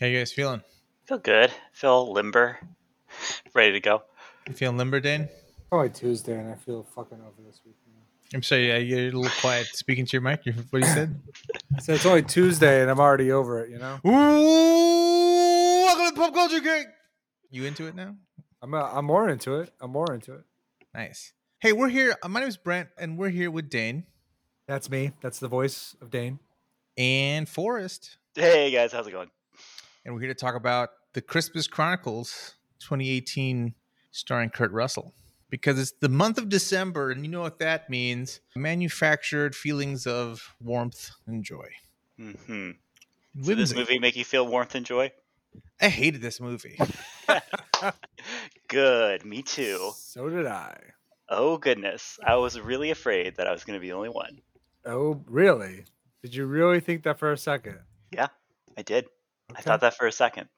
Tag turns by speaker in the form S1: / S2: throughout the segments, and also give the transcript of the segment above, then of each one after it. S1: How you guys feeling?
S2: Feel good. Feel limber. Ready to go.
S1: You feeling limber, Dane?
S3: Probably Tuesday, and I feel fucking over this week.
S1: I'm sorry, uh, you're a little quiet speaking to your mic. You- What you said?
S3: So it's only Tuesday, and I'm already over it. You know,
S1: Ooh, welcome to Pop Culture Geek. You into it now?
S3: I'm uh, I'm more into it. I'm more into it.
S1: Nice. Hey, we're here. uh, My name is Brent, and we're here with Dane
S3: That's me. That's the voice of Dane.
S1: and Forrest,
S2: Hey guys, how's it going?
S1: and we're here to talk about the Christmas Chronicles 2018, starring Kurt Russell. Because it's the month of December, and you know what that means: manufactured feelings of warmth and joy.
S2: Mm-hmm. Did this
S1: Whimsy.
S2: movie make you feel warmth and joy?
S1: I hated this movie.
S2: Good. Me too.
S3: So did I.
S2: Oh goodness, I was really afraid that I was going to be the only one.
S3: Oh, really? Did you really think that for a second?
S2: I did.
S3: Okay.
S2: I thought that for a second.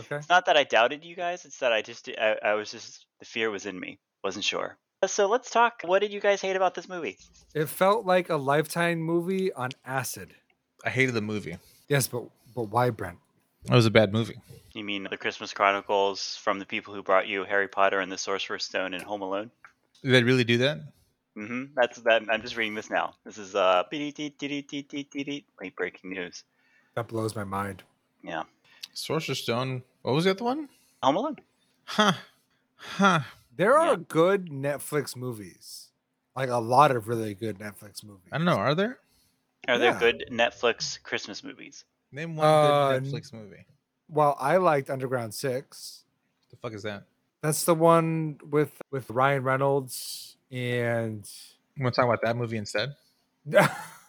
S3: Okay.
S2: It's not that I doubted you guys. It's that I just I, I was just the fear was in me. Wasn't sure. Uh, So let's talk. What did you guys hate about this movie?
S3: It felt like a lifetime movie on acid.
S1: I hated the movie.
S3: Yes, but but why, Brent?
S1: It was a bad movie.
S2: You mean the Christmas Chronicles from the people who brought you Harry Potter and the Sorcerer's Stone and Home Alone?
S1: Did they really do that?
S2: hmm That's that. I'm just reading this now. This is uh late breaking news.
S3: That blows my mind.
S2: Yeah,
S1: Sorcerer's Stone. What was the other one?
S2: Home Alone.
S1: Huh. Huh.
S3: There
S2: Yeah.
S3: are good Netflix movies, like a lot of really good Netflix movies.
S1: I don't know. Are there?
S2: Are there
S3: Yeah.
S2: good Netflix Christmas movies?
S1: Name one
S3: Uh,
S1: good Netflix movie.
S3: Well, I liked Underground Six.
S1: The fuck is that?
S3: That's the one with with Ryan Reynolds and
S1: You want to talk about that movie instead?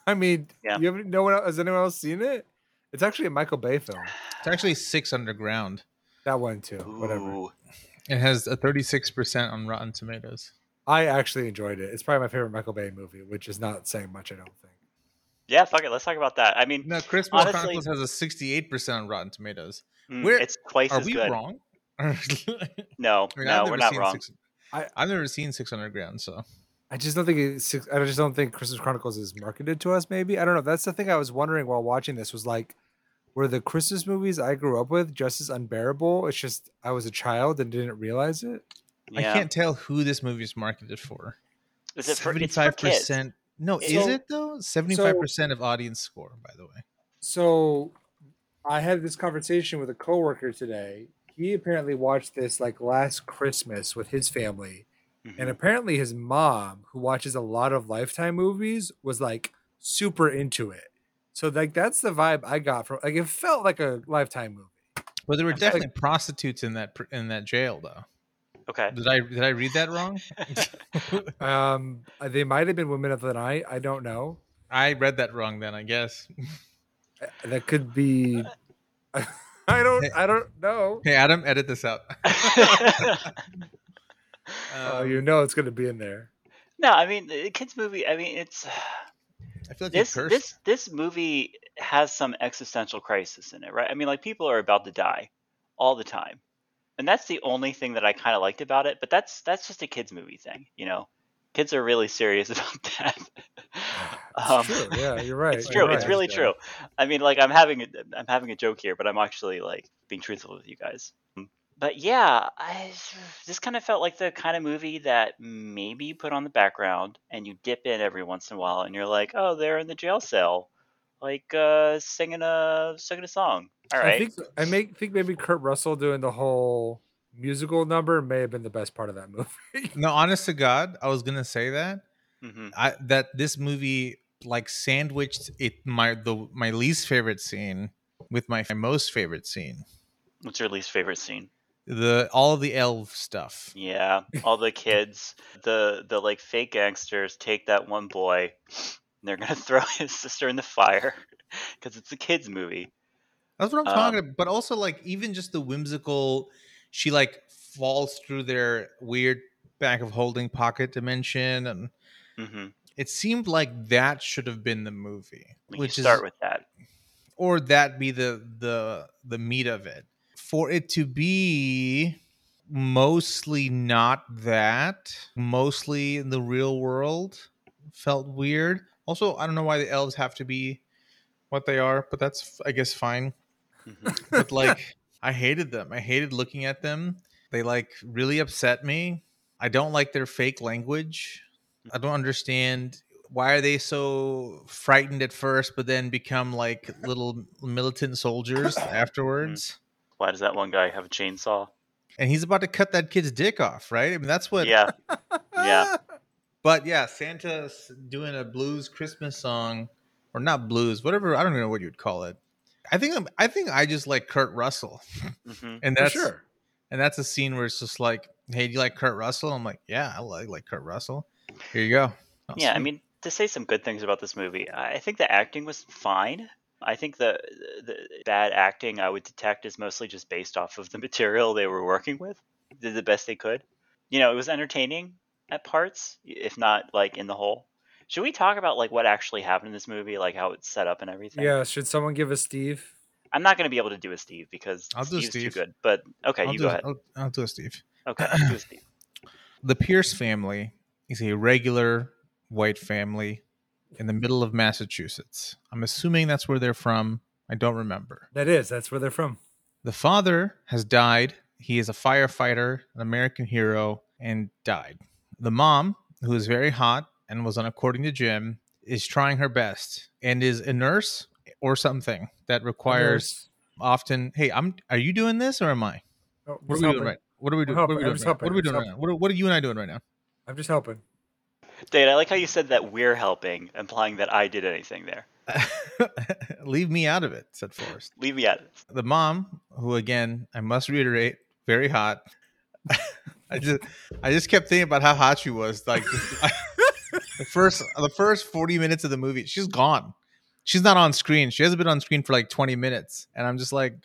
S3: I mean,
S2: Yeah.
S3: you haven't, no one el- has anyone else seen it? It's actually a Michael Bay film.
S1: It's actually Six Underground.
S3: That one too. Whatever.
S2: Ooh,
S1: It has a 36% on Rotten Tomatoes.
S3: I actually enjoyed it. It's probably my favorite Michael Bay movie, which is not saying much. I don't think.
S2: yeah. Fuck it. Let's talk about that. I mean,
S1: No, Christmas
S2: Honestly-
S1: Chronicles has a 68% on Rotten Tomatoes.
S2: mm,
S1: We're-
S2: it's twice
S1: Are
S2: as
S1: we
S2: good.
S1: wrong?
S2: No,
S1: I mean,
S2: no, we're not
S1: seen
S2: wrong.
S1: Six,
S3: I-
S1: I've never seen Six Underground, so
S3: I just don't think it's, I just don't think Christmas Chronicles is marketed to us. Maybe I don't know. That's the thing I was wondering while watching this was like, were the Christmas movies I grew up with just as unbearable? It's just I was a child and didn't realize it.
S1: I
S2: Yeah.
S1: can't tell who this movie is marketed for.
S2: Is it for, it's for kids.
S1: percent? No,
S2: It's-
S1: is
S3: So-
S1: it though? Seventy-five percent of audience score, by the way.
S3: So I had this conversation with a coworker today. He apparently watched this like last Christmas with his family. And
S2: Mhm.
S3: apparently his mom, who watches a lot of Lifetime movies, was like super into it. So like that's the vibe I got from like it felt like a Lifetime movie.
S1: But there were
S3: feel like-
S1: definitely prostitutes in that pr- in that jail, though.
S2: Okay.
S1: Did I did I read that wrong?
S3: Um, uh, they might have been women of the night. I don't know.
S1: I read that wrong. Then I guess.
S3: Uh, That could be. I don't. I don't know.
S1: Hey, Adam, edit this out.
S3: Oh,
S1: Um,
S3: you know it's gonna be in there.
S2: no, I mean, the kids movie. I mean, it's
S1: I feel like
S2: this
S1: you cursed.
S2: this this movie has some existential crisis in it, right? I mean, like people are about to die all the time, and that's the only thing that I kind of liked about it. But that's that's just a kids movie thing, you know. Kids are really serious about that.
S3: It's
S2: Um,
S3: true. Yeah, you're right.
S2: It's
S3: you're
S2: true. It's
S3: right.
S2: really
S1: Yeah.
S2: true. I mean, like I'm having a, I'm having a joke here, but I'm actually like being truthful with you guys. But yeah, I this kind of felt like the kind of movie that maybe you put on the background and you dip in every once in a while, and you're like, oh, they're in the jail cell, like uh, singing a singing a song. All
S3: I
S2: right.
S3: think I make think maybe Kurt Russell doing the whole musical number may have been the best part of that movie.
S1: no, honest to God, I was gonna say that
S2: hmm
S1: I that this movie like sandwiched it my the my least favorite scene with my most favorite scene.
S2: What's your least favorite scene?
S1: The all the elf stuff.
S2: Yeah, all the kids, the the like fake gangsters take that one boy. And they're gonna throw his sister in the fire because it's a kids movie.
S1: That's what I'm
S2: Um,
S1: talking about. But also, like, even just the whimsical, she like falls through their weird back of holding pocket dimension, and
S2: hmm
S1: it seemed like that should have been the movie,
S2: We
S1: which
S2: can start
S1: is
S2: with that.
S1: or that be the the the meat of it. For it to be mostly not that, mostly in the real world, felt weird. Also, I don't know why the elves have to be what they are, but that's I guess fine.
S2: Mhm.
S1: but like I hated them. I hated looking at them. They like really upset me. I don't like their fake language. I don't understand why are they so frightened at first but then become like little militant soldiers
S2: Mm-hmm.
S1: afterwards.
S2: Why does that one guy have a chainsaw?
S1: And he's about to cut that kid's dick off, right? I mean that's what
S2: yeah, yeah.
S1: But yeah, Santa's doing a blues Christmas song, or not blues, whatever. I don't even know what you'd call it. I think I'm, I think I just like Kurt Russell,
S2: hmm
S1: and
S3: For
S1: that's
S3: sure.
S1: and that's a scene where it's just like, hey, do you like Kurt Russell? I'm like, yeah, I like like Kurt Russell. Here you go. Oh,
S2: Yeah, I
S1: sweet.
S2: mean, to say some good things about this movie, I I think the acting was fine. I think the, the bad acting I would detect is mostly just based off of the material they were working with. Did the best they could. You know, it was entertaining at parts, if not like in the whole. Should we talk about like what actually happened in this movie, like how it's set up and everything?
S3: Yeah. Should someone give us Steve?
S2: I'm not going to be able to do a Steve because
S1: I'll do
S2: Steve's
S1: Steve.
S2: too good. But okay,
S1: I'll
S2: you
S1: do,
S2: go ahead.
S1: I'll, I'll do a Steve.
S2: Okay, do a Steve.
S1: The Pierce family is a regular white family in the middle of Massachusetts. I'm assuming that's where they're from. I don't remember.
S3: That is. That's where they're from.
S1: The father has died. He is a firefighter, an American hero, and died. The mom, who is very hot and was on according to Jim, is trying her best and is a nurse or something that requires often, hey, I'm are you doing this or am I?
S3: Oh,
S1: What
S3: just
S1: are we
S3: helping.
S1: doing right? What are we doing?
S3: I'm
S1: What are we
S3: helping.
S1: doing
S3: I'm
S1: right now? What are we doing right now? What are,
S3: just helping.
S1: what are you and I doing right now?
S3: I'm just helping.
S2: Dave, I like how you said that we're helping, implying that I did anything there.
S1: Leave me out of it, said Forrest.
S2: Leave me out of this.
S1: the mom, who again, I must reiterate, very hot. I just, I just kept thinking about how hot she was. Like the first, the first forty minutes of the movie, she's gone. She's not on screen. She hasn't been on screen for like twenty minutes, and I'm just like,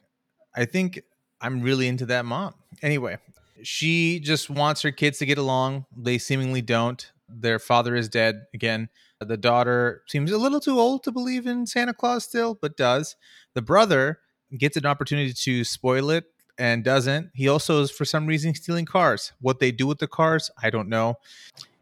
S1: I think I'm really into that mom. Anyway, she just wants her kids to get along. They seemingly don't. Their father is dead again. The daughter seems a little too old to believe in Santa Claus still, but does. The brother gets an opportunity to spoil it and doesn't. He also is for some reason stealing cars. What they do with the cars, I don't know.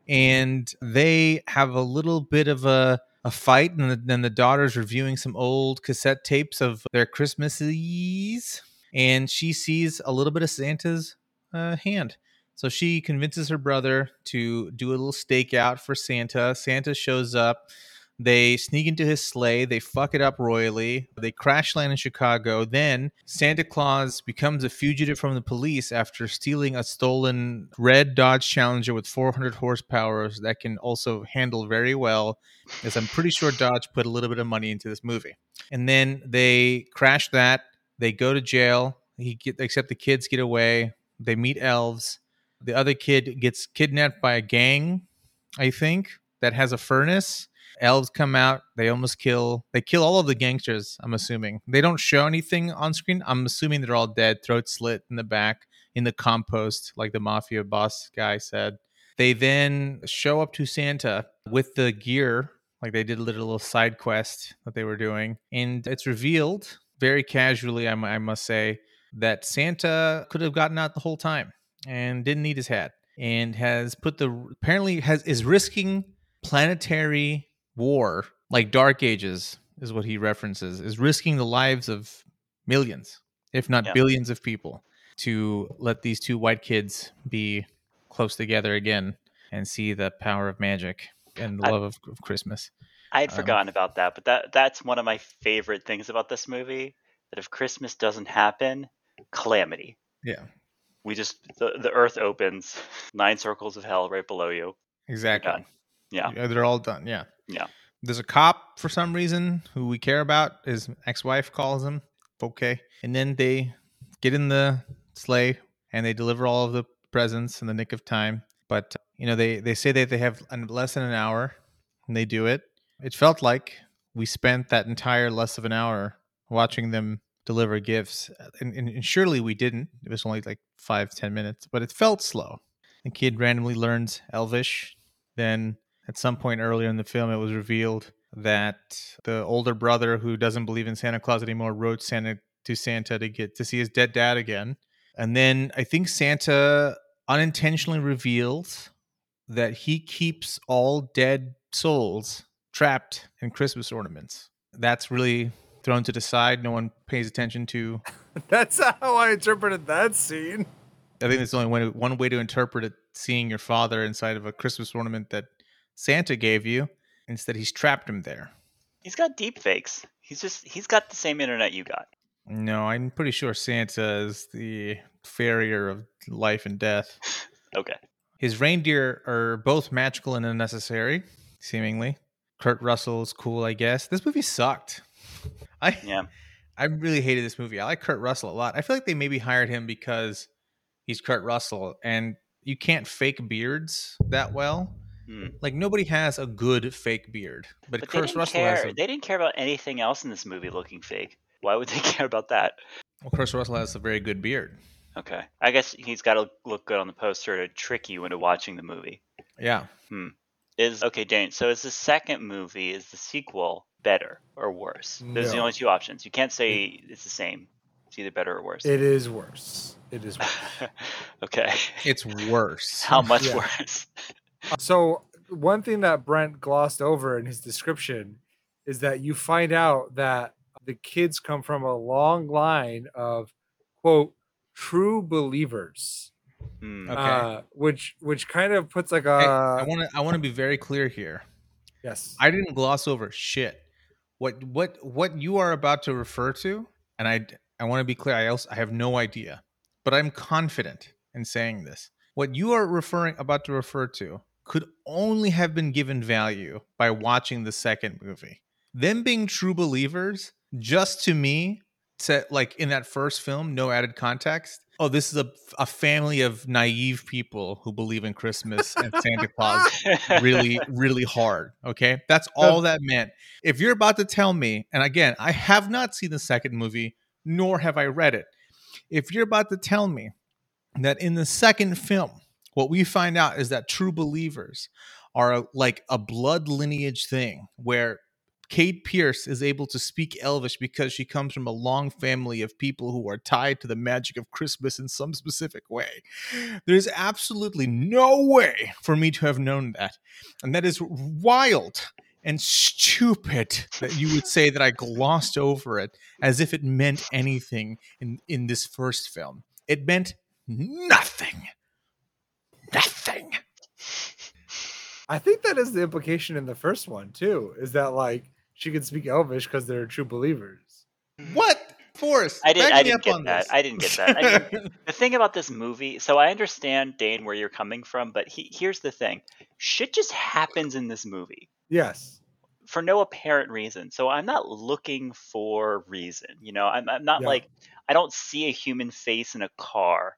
S1: And they have a little bit of a a fight, and the- then the daughter's reviewing some old cassette tapes of their Christmases, and she sees a little bit of Santa's uh, hand. So she convinces her brother to do a little stakeout for Santa. Santa shows up. They sneak into his sleigh. They fuck it up royally. They crash land in Chicago. Then Santa Claus becomes a fugitive from the police after stealing a stolen red Dodge Challenger with 400 horsepower that can also handle very well, as I'm pretty sure Dodge put a little bit of money into this movie. And then they crash that. They go to jail. He get, except the kids get away. They meet elves. The other kid gets kidnapped by a gang, I think, that has a furnace elves come out they almost kill they kill all of the gangsters i'm assuming they don't show anything on screen i'm assuming they're all dead throat slit in the back in the compost like the mafia boss guy said they then show up to santa with the gear like they did a little, little side quest that they were doing and it's revealed very casually I mu- I must say that santa could have gotten out the whole time and didn't need his hat and has put the apparently has is risking planetary war, like Dark Ages is what he references, is risking the lives of millions, if not
S2: Yeah.
S1: billions of people to let these two white kids be close together again and see the power of magic and the
S2: I-
S1: love of, of Christmas.
S2: I had
S1: Um,
S2: forgotten about that, but that that's one of my favorite things about this movie. That if Christmas doesn't happen, calamity.
S1: Yeah,
S2: We just the, the earth opens, nine circles of hell right below you.
S1: exactly.
S2: Done. Yeah.
S1: They're all done. Yeah.
S2: Yeah.
S1: There's a cop for some reason who we care about. His ex wife calls him. Okay. And then they get in the sleigh and they deliver all of the presents in the nick of time. But, you know, they, they say that they have an- less than an hour and they do it. It felt like we spent that entire less of an hour watching them deliver gifts. And, and, and surely we didn't. It was only like five, ten minutes, but it felt slow. The kid randomly learns Elvish. Then at some point earlier in the film, it was revealed that the older brother who doesn't believe in Santa Claus anymore wrote Santa to Santa to get to see his dead dad again. And then I think Santa unintentionally reveals that he keeps all dead souls trapped in Christmas ornaments. That's really thrown to the side. No one pays attention to.
S3: That's how I interpreted that scene.
S1: I think there's only one, one way to interpret it seeing your father inside of a Christmas ornament that Santa gave you. Instead, he's trapped him there.
S2: He's got deep fakes. He's just he's got the same internet you got.
S1: No, I'm pretty sure Santa is the farrier of life and death.
S2: Okay.
S1: His reindeer are both magical and unnecessary, seemingly. Kurt Russell is cool, I guess. This movie sucked. I
S2: Yeah.
S1: I really hated this movie. I like Kurt Russell a lot. I feel like they maybe hired him because he's Kurt Russell, and you can't fake beards that well.
S2: Hmm.
S1: Like nobody has a good fake beard, but,
S2: But they
S1: Kurt
S2: didn't
S1: Russell
S2: care.
S1: has. A,
S2: They didn't care about anything else in this movie looking fake. Why would they care about that?
S1: well, Kurt Russell has a very good beard.
S2: Okay. I guess he's got to look good on the poster to trick you into watching the movie.
S1: Yeah,
S2: Is okay, Dane. So is the second movie is the sequel better or worse? Those are the
S3: No.
S2: only two options. You can't say it's the same. It's either better or worse.
S3: It is worse. It is worse.
S2: okay.
S1: it's worse.
S2: How much
S3: Yeah.
S2: worse?
S3: So one thing that Brent glossed over in his description is that you find out that the kids come from a long line of quote true believers,
S2: Hmm.
S1: Okay.
S3: uh, which which kind of puts like
S1: Hey,
S3: a
S2: uh,
S1: I want to. I want to be very clear here.
S3: yes.
S1: I didn't gloss over shit. What what what you are about to refer to, and I I want to be clear. I also I have no idea, but I'm confident in saying this. What you are referring about to refer to could only have been given value by watching the second movie. Them being true believers, just to me, to like in that first film, no added context. Oh, this is a, a family of naive people who believe in Christmas and Santa Claus really, really hard. Okay. That's all that meant. If you're about to tell me, and again, I have not seen the second movie, nor have I read it. If you're about to tell me that in the second film, what we find out is that true believers are like a blood lineage thing where Kate Pierce is able to speak Elvish because she comes from a long family of people who are tied to the magic of Christmas in some specific way. There's absolutely no way for me to have known that. And that is wild and stupid that you would say that I glossed over it as if it meant anything in, in this first film. It meant nothing. Nothing.
S3: I think that is the implication in the first one too. Is that like she can speak Elvish because they're true believers?
S1: What? Forrest,
S2: I didn't.
S1: back
S2: I
S1: me
S2: didn't
S1: up
S2: get
S1: on
S2: that.
S1: this.
S2: I didn't get that. I mean, the thing about this movie, so I understand Dane where you're coming from, but he, here's the thing: shit just happens in this movie
S3: Yes.
S2: for no apparent reason. So I'm not looking for reason. You know, I'm, I'm not
S3: Yeah.
S2: like I don't see a human face in a car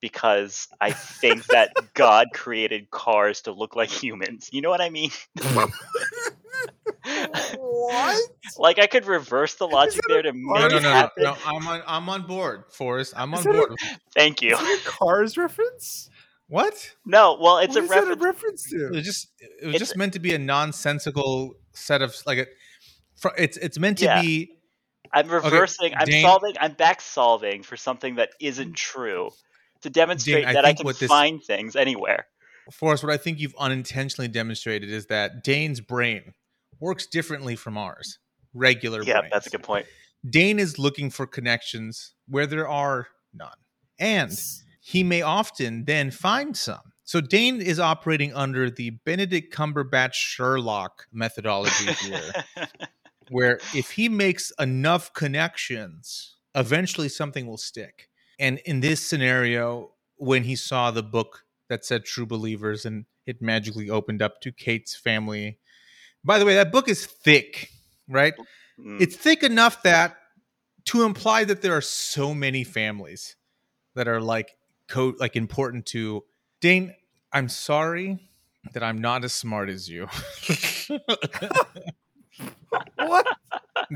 S2: because I think that God created cars to look like humans. You know what I mean?
S3: what?
S2: like I could reverse the logic
S3: that
S2: there
S3: a
S2: to
S3: car?
S1: no,
S2: make
S1: no,
S2: it
S1: no, no,
S2: happen.
S1: no. I'm on. I'm on board, Forrest. I'm on
S3: Is that a-
S1: board.
S2: Thank you.
S3: Is that a Cars reference?
S1: what?
S2: No, well, it's
S3: What
S2: a
S3: is that
S1: It
S2: reference.
S3: reference to?
S1: was just. It was
S2: It's-
S1: just meant to be a nonsensical set of like. A, fr- it's it's meant to
S2: Yeah.
S1: be
S2: I'm reversing. I'm
S1: Dane-
S2: solving. I'm back solving for something that isn't true to demonstrate
S1: Dane, I
S2: that I
S1: think
S2: can
S1: what this-
S2: find things anywhere.
S1: Forrest. What I think you've unintentionally demonstrated is that Dane's brain works differently from ours. Regular.
S2: Yeah,
S1: brains.
S2: that's a good point.
S1: Dane is looking for connections where there are none, and he may often then find some. So Dane is operating under the Benedict Cumberbatch Sherlock methodology here, where if he makes enough connections, eventually something will stick. And in this scenario, when he saw the book that said True Believers and it magically opened up to Kate's family. By the way, that book is thick, right?
S2: Mm.
S1: it's thick enough that to imply that there are so many families that are like co- like important to Dane. I'm sorry that I'm not as smart as you. that
S3: What?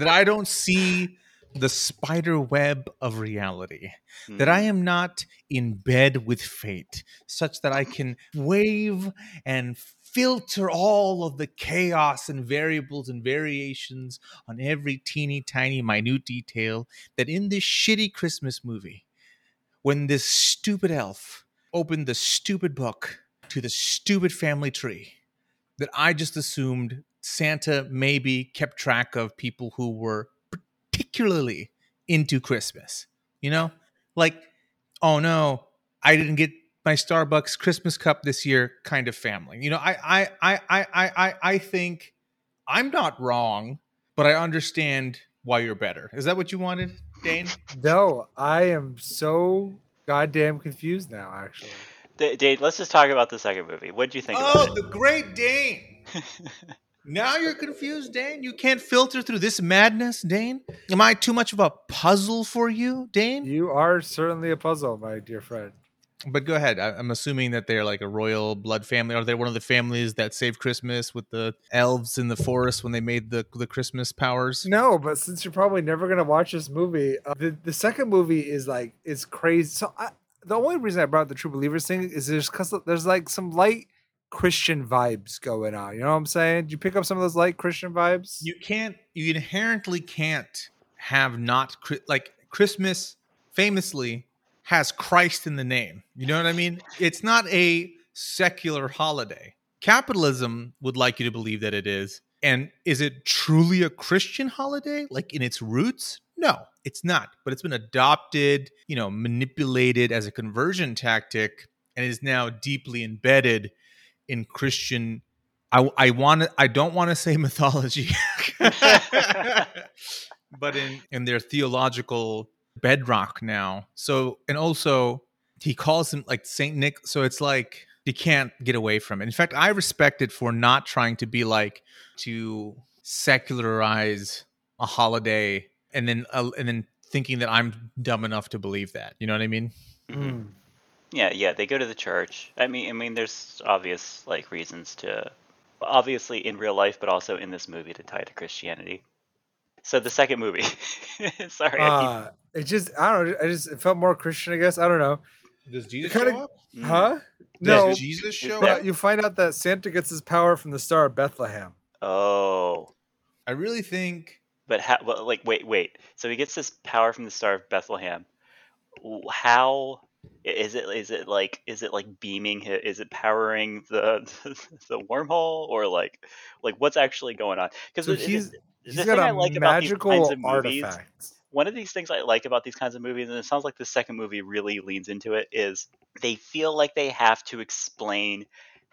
S1: I don't see the spider web of reality.
S2: hmm.
S1: That I am not in bed with fate, such that I can wave and filter all of the chaos and variables and variations on every teeny tiny minute detail that in this shitty Christmas movie, when this stupid elf opened the stupid book to the stupid family tree, that I just assumed Santa maybe kept track of people who were particularly into Christmas. You know, like, oh no, I didn't get my Starbucks Christmas cup this year kind of family. You know, I I I I I I, I think I'm not wrong, but I understand why you're better. Is that what you wanted, Dane?
S3: No, I am so goddamn confused now. Actually,
S2: D- Dave, let's just talk about the second movie. What do you think?
S1: Oh,
S2: about
S1: the great Dane. now you're confused, Dane. You can't filter through this madness, Dane. Am I too much of a puzzle for you, Dane?
S3: you are certainly a puzzle, my dear friend.
S1: But go ahead. I- I'm assuming that they're like a royal blood family. Are they one of the families that saved Christmas with the elves in the forest when they made the the Christmas powers?
S3: No, but since you're probably never gonna watch this movie, uh, the the second movie is like is crazy. So I, the only reason I brought up the True Believers thing is there's cause there's like some light Christian vibes going on. You know what I'm saying? Did you pick up some of those light Christian vibes?
S1: you can't you inherently can't have not Chri- like christmas famously has christ in the name you know what i mean it's not a secular holiday capitalism would like you to believe that it is and is it truly a christian holiday like in its roots no it's not but it's been adopted you know manipulated as a conversion tactic and is now deeply embedded in christian i i want to i don't want to say mythology but in in their theological bedrock now. So and also he calls him like Saint Nick. So it's like you can't get away from it. In fact, I respect it for not trying to be like to secularize a holiday and then uh, and then thinking that I'm dumb enough to believe that. You know what I mean?
S2: Mhm.
S3: Mm-hmm.
S2: Yeah, yeah, they go to the church. I mean, I mean, there's obvious like reasons to, obviously in real life, but also in this movie to tie to Christianity. So the second movie, sorry, I
S3: Uh, it just I don't know. I just it felt more Christian, I guess. I don't know.
S1: Does Jesus
S3: Kinda-
S1: show up?
S2: keep- Mm.
S3: Uh, Huh? No,
S1: Does Jesus show
S3: but
S1: up?
S3: you find out that Santa gets his power from the Star of Bethlehem.
S2: Oh,
S1: I really think
S2: but how? Well, like, wait, wait. So he gets this power from the Star of Bethlehem. W- How i- is it? Is it like? Is it like beaming? hi- Is it powering the the wormhole or like, like what's actually going on? Because
S3: So he's
S2: the
S3: he's
S2: thing
S3: got
S2: I
S3: a
S2: like about these kinds
S3: magical
S2: of movies-
S3: artifact.
S2: one of these things I like about these kinds of movies, and it sounds like the second movie really leans into it, is they feel like they have to explain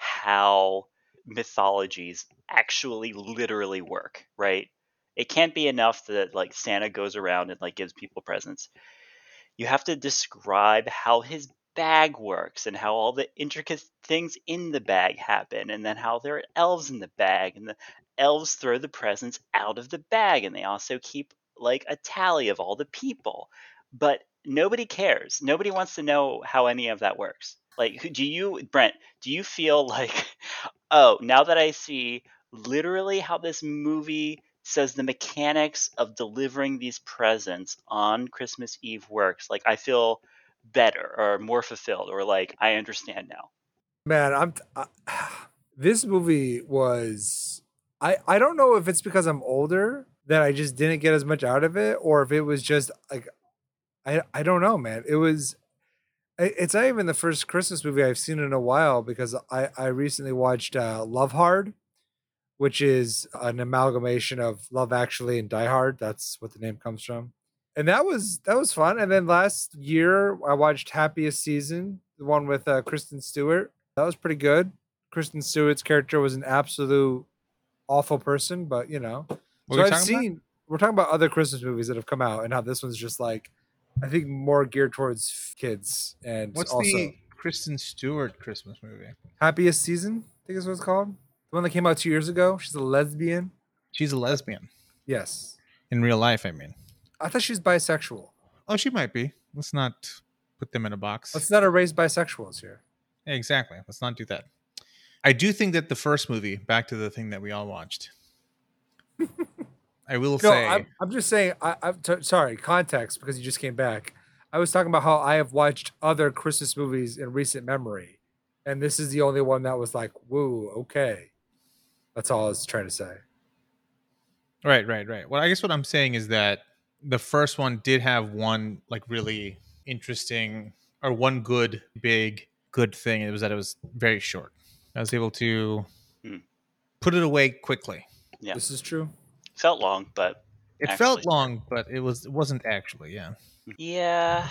S2: how mythologies actually literally work, right? It can't be enough that like Santa goes around and like gives people presents. You have to describe how his bag works and how all the intricate things in the bag happen and then how there are elves in the bag and the elves throw the presents out of the bag and they also keep like a tally of all the people. But nobody cares. Nobody wants to know how any of that works. Like, who- do you, Brent, do you feel like, oh, now that I see literally how this movie says the mechanics of delivering these presents on Christmas Eve works, like, I feel better or more fulfilled or like, I understand now?
S3: Man, I'm t- I, this movie was I I don't know if it's because I'm older that I just didn't get as much out of it or if it was just like I I don't know, man. It was i- it's not even the first Christmas movie I've seen in a while because I I recently watched uh, Love Hard, which is an amalgamation of Love Actually and Die Hard. That's what the name comes from, and that was that was fun. And then last year I watched Happiest Season, the one with uh, Kristen Stewart. That was pretty good. Kristen Stewart's character was an absolute awful person, but you know,
S1: what are
S3: so
S1: we
S3: I've
S1: talking about?
S3: seen we're talking about other Christmas movies that have come out and how this one's just like I think more geared towards f- kids and
S1: What's
S3: also
S1: the Kristen Stewart Christmas movie?
S3: Happiest Season, I think is what it's called. The one that came out two years ago. She's a lesbian.
S1: She's a lesbian
S3: Yes.
S1: in real life. I mean.
S3: I thought she was bisexual.
S1: Oh, she might be. Let's not put them in a box.
S3: Let's not erase bisexuals here.
S1: Yeah, exactly. Let's not do that. I do think that the first movie, back to the thing that we all watched, I will
S3: No,
S1: say.
S3: I'm, I'm just saying. I, I'm t- sorry, context because you just came back. I was talking about how I have watched other Christmas movies in recent memory, and this is the only one that was like, "Woo, okay." That's all I was trying to say.
S1: Right, right, right. Well, I guess what I'm saying is that the first one did have one like really interesting or one good big good thing. It was that it was very short. I was able to
S2: Hmm.
S1: put it away quickly.
S2: Yeah.
S3: This is true.
S2: Felt long, but
S1: It felt
S2: Actually.
S1: long, but it was it wasn't actually. Yeah.
S2: Yeah.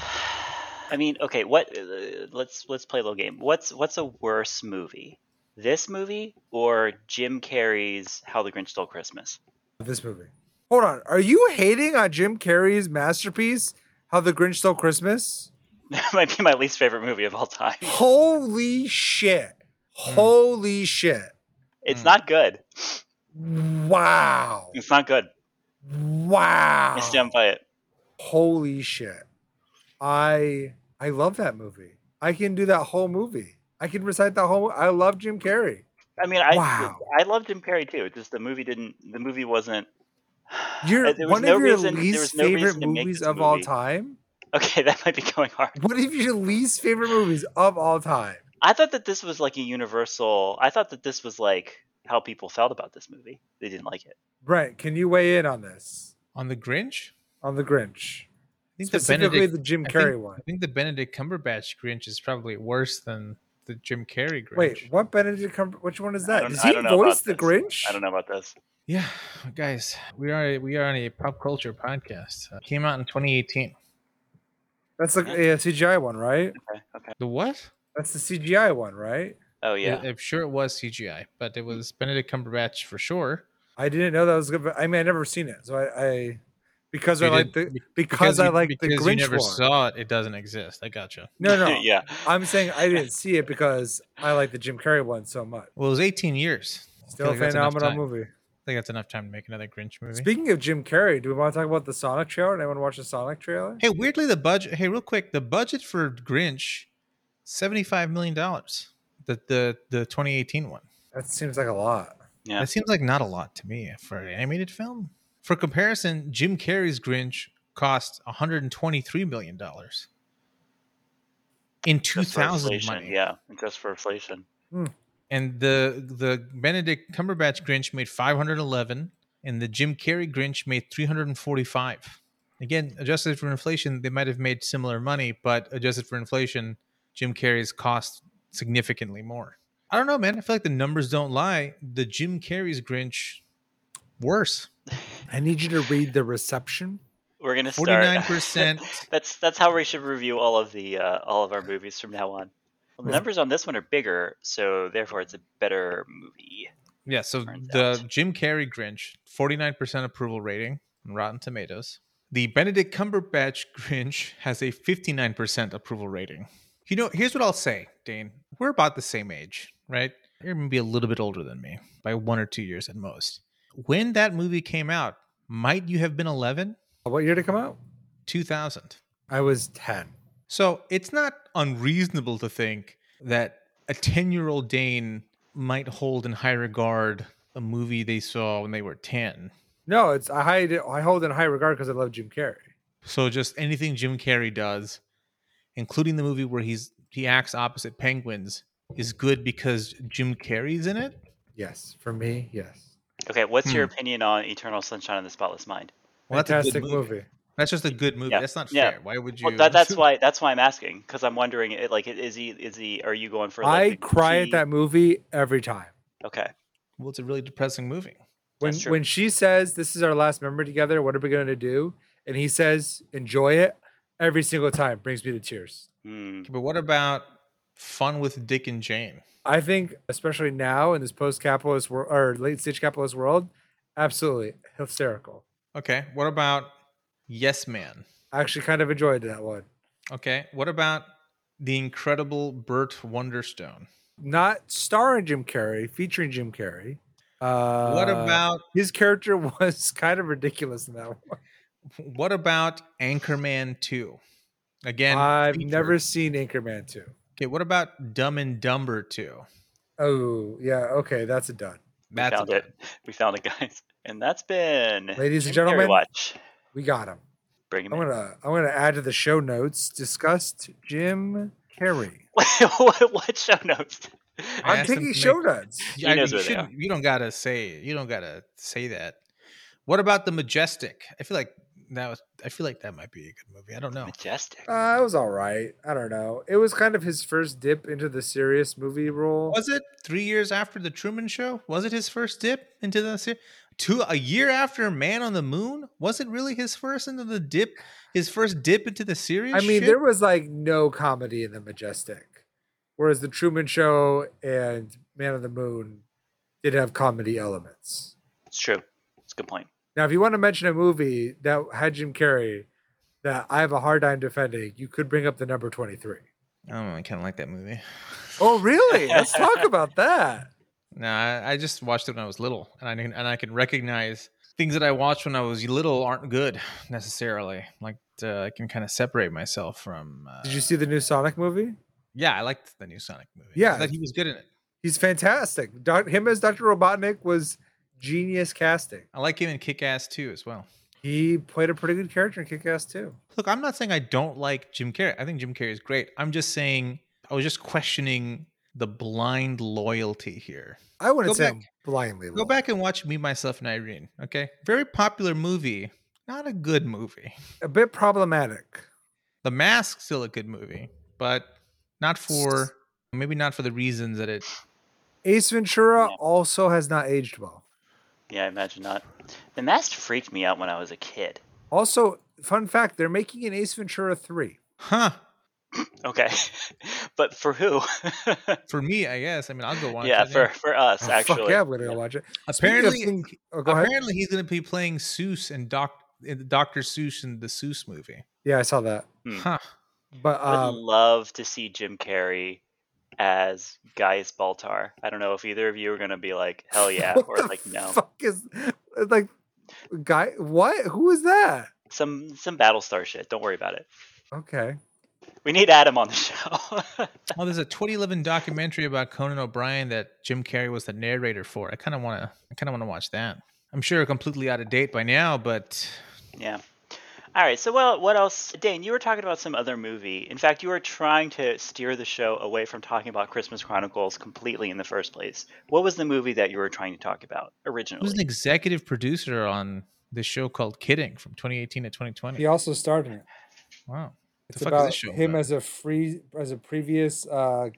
S2: I mean, okay, what uh, let's let's play a little game. What's what's a worse movie? This movie or Jim Carrey's How the Grinch Stole Christmas?
S3: This movie. Hold on. Are you hating on Jim Carrey's masterpiece, How the Grinch Stole Christmas?
S2: that might be my least favorite movie of all time.
S3: Holy shit.
S2: Hmm.
S3: Holy shit.
S2: It's
S3: Hmm.
S1: Mm.
S2: not good.
S3: Wow.
S2: It's not good.
S3: Wow.
S2: I stand by it.
S3: Holy shit. I I love that movie. I can do that whole movie. I can recite that whole I love Jim Carrey.
S2: I mean, I
S3: Wow.
S2: I love Jim Carrey too. It's just the movie didn't. The movie wasn't.
S3: You're
S2: There was
S3: one
S2: no
S3: of your
S2: reason- there
S3: least
S2: was no
S3: favorite
S2: reason to make
S3: movies
S2: this
S3: of all
S2: movie.
S3: time.
S2: Okay, that might be going hard.
S3: One of your least favorite movies of all time.
S2: I thought that this was like a universal. I thought that this was like how people felt about this movie. They didn't like it.
S3: Brent, can you weigh in on this?
S1: On the Grinch,
S3: On the Grinch.
S1: I think the
S3: Specifically
S1: Benedict.
S3: the Jim
S1: I
S3: Carrey
S1: think-
S3: one.
S1: I think the Benedict Cumberbatch Grinch is probably worse than the Jim Carrey Grinch.
S3: Wait, what Benedict Cumber? Which one is
S2: I
S3: that?
S2: don't-
S3: Does
S2: I
S3: he
S2: don't know about
S3: voice the
S2: this.
S3: Grinch?
S2: I don't know about this.
S1: Yeah, guys, we are we are on a pop culture podcast. Uh, came out in 2018.
S3: That's the yeah, CGI one, right?
S2: Okay. Okay.
S1: The what?
S3: That's the CGI one, right?
S2: Oh yeah.
S1: I- I'm sure it was CGI, but it was Benedict Cumberbatch for sure.
S3: I didn't know that was good. But, I mean, I never seen it, so I, I because
S1: You
S3: I like the
S1: didn't-
S3: because,
S1: you-
S3: I like the
S1: because
S3: Grinch
S1: you never
S3: one.
S1: saw it. It doesn't exist. I gotcha.
S3: no, no,
S2: yeah.
S3: I'm saying I didn't see it because I like the Jim Carrey one so much.
S1: Well, it was 18 years. I feel
S3: Still a
S1: like that's enough
S3: phenomenal
S1: time.
S3: movie.
S1: I think that's enough time to make another Grinch movie.
S3: Speaking of Jim Carrey, do we want to talk about the Sonic trailer? Anyone watch the Sonic trailer?
S1: hey, weirdly, the budget. Hey, real quick, the budget for Grinch, 75 million dollars. The the the 2018 one.
S3: That seems like a lot.
S2: Yeah.
S1: That seems like not a lot to me for an animated film. For comparison, Jim Carrey's Grinch cost 123 million dollars in
S2: Just for
S1: 2000
S2: inflation,
S1: money,
S2: Yeah, just for inflation.
S1: and the the Benedict Cumberbatch Grinch made 511, and the Jim Carrey Grinch made 345. Again, adjusted for inflation, they might have made similar money, but adjusted for inflation, Jim Carrey's cost significantly more. I don't know, man. I feel like the numbers don't lie. The Jim Carrey's Grinch worse.
S3: I need you to read the reception.
S2: We're gonna start.
S1: 49%
S2: that's that's how we should review all of the uh, all of our movies from now on.
S3: Hmm.
S2: Well, the numbers on this one are bigger, so therefore it's a better movie.
S1: Yeah, so
S2: Turns
S1: the
S2: out.
S1: Jim Carrey Grinch, 49% approval rating on Rotten Tomatoes. The Benedict Cumberbatch Grinch has a 59% approval rating. You know, here's what I'll say, Dane. We're about the same age, right? You're maybe a little bit older than me by one or two years at most. When that movie came out, might you have been 11?
S3: What year did it come out?
S1: 2000.
S3: I was ten.
S1: So it's not unreasonable to think that a 10 year old Dane might hold in high regard a movie they saw when they were 10.
S3: No, it's I hide it, I hold it in high regard because I love Jim Carrey.
S1: So just anything Jim Carrey does, including the movie where he's he acts opposite penguins, is good because Jim Carrey's in it.
S3: Yes, for me, yes.
S2: Okay, what's your
S1: Hmm.
S2: opinion on Eternal Sunshine of the Spotless Mind?
S1: Well, that's a good
S3: Fantastic
S1: movie.
S3: movie.
S1: That's just a good movie.
S2: Yeah.
S1: That's not
S2: Yeah.
S1: fair. Why would you?
S2: Well, that, that's why that's why I'm asking because I'm wondering, it, like, is he is he? Are you going for? Like,
S3: I
S2: the
S3: cry at
S2: key-
S3: that movie every time.
S2: Okay,
S1: Well, it's a really depressing movie.
S3: When
S2: That's true.
S3: when she says this is our last memory together, what are we going to do? And he says enjoy it every single time brings me to tears.
S2: Hmm.
S1: But what about Fun with Dick and Jane?
S3: I think especially now in this post-capitalist world or late-stage capitalist world, absolutely hysterical.
S1: Okay. What about Yes Man?
S3: I actually kind of enjoyed that one.
S1: Okay. What about the incredible Burt Wonderstone?
S3: Not starring Jim Carrey, featuring Jim Carrey. Uh,
S1: what about
S3: his character was kind of ridiculous in that one.
S1: what about Anchorman 2? Again,
S3: I've
S1: featured.
S3: never seen Anchorman 2.
S1: Okay, what about Dumb and Dumber 2?
S3: Oh, yeah. Okay. That's a done.
S2: we
S1: That's
S2: found
S1: a
S2: it. We found it, guys, and that's been
S3: Ladies and
S2: Jim Carrey
S3: gentlemen. oh,
S2: Watch.
S3: We got him.
S2: Bring him
S3: I'm
S2: in.
S3: gonna I'm gonna add to the show notes discussed Jim Carrey.
S2: what, what show notes?
S1: I
S3: I'm
S1: asked him
S3: taking
S1: to
S3: show
S1: make-
S3: notes.
S1: Yeah, I mean,
S2: knows
S1: you,
S2: where they
S1: shouldn't- you don't gotta say you don't gotta say that. What about the Majestic? I feel like that was I feel like that might be a good movie. I don't know.
S2: Majestic.
S3: Uh, it was all right. I don't know. It was kind of his first dip into the serious movie role.
S1: Was it three years after the Truman Show? Was it his first dip into the series? Two a year after Man on the Moon was it really his first into the dip? His first dip into the series?
S3: I mean,
S1: shit?
S3: there was like no comedy in the Majestic, whereas the Truman Show and Man on the Moon did have comedy elements.
S2: It's true. It's a good point.
S3: Now, if you want to mention a movie that had Jim Carrey that I have a hard time defending, you could bring up the number twenty three.
S1: I don't know. I kind of like that movie.
S3: Oh, really? Let's talk about that.
S1: No, I, I just watched it when I was little, and I can and I can recognize things that I watched when I was little aren't good necessarily. Like uh, I can kind of separate myself from. Uh,
S3: Did you see the new Sonic movie?
S1: Yeah, I liked the new Sonic movie.
S3: Yeah.
S1: I thought he was good in it.
S3: He's fantastic. Doc, him as Dr. Robotnik was genius casting.
S1: I like him in Kick Ass too as well.
S3: He played a pretty good character in Kick Ass too.
S1: Look, I'm not saying I don't like Jim Carrey. I think Jim Carrey is great. I'm just saying I was just questioning the blind loyalty here.
S3: I wouldn't
S1: Go
S3: say
S1: back-
S3: I'm blindly.
S1: Go back and watch Me, Myself, and Irene. Okay, very popular movie, not a good movie.
S3: a bit problematic.
S1: The Mask still a good movie, but not for maybe not for the reasons that it.
S3: Ace Ventura
S2: Yeah.
S3: also has not aged well.
S2: Yeah, I imagine not. The mask freaked me out when I was a kid.
S3: Also, fun fact: they're making an Ace Ventura three.
S1: Huh?
S2: Okay, but for who?
S1: For me, I guess. I mean, I'll go watch.
S2: yeah,
S1: it.
S2: for for us
S3: Oh,
S2: actually.
S3: fuck yeah, I'm gonna go watch it. Speaking of
S1: apparently,
S3: thing- oh, go ahead.
S1: apparently he's going to be playing Seuss and Doc, in Doctor Seuss in the Seuss movie.
S3: Yeah, I saw that.
S2: Hmm.
S1: Huh?
S3: But
S2: I would
S3: um,
S2: love to see Jim Carrey as Gaius Baltar. I don't know if either of you are gonna be like, hell yeah,
S3: what
S2: or
S3: the
S2: like no.
S3: Fuck is uh, like guy? What? Who is that?
S2: Some some Battlestar shit. Don't worry about it.
S3: Okay.
S2: We need Adam on the show.
S1: Oh, there's a 2011 documentary about Conan O'Brien that Jim Carrey was the narrator for. I kind of want to. I kind of want to watch that. I'm sure completely out of date by now, but
S2: yeah. All right. So well, what else, Dane? You were talking about some other movie. In fact, you were trying to steer the show away from talking about Christmas Chronicles completely in the first place. What was the movie that you were trying to talk about
S1: he was
S2: originally?
S1: an executive producer on this show called Kidding from 2018 to 2020.
S3: He also starred in it.
S1: Wow.
S3: It's
S1: fuck is
S3: about
S1: this show
S3: him
S1: about?
S3: as a free as a previous uh,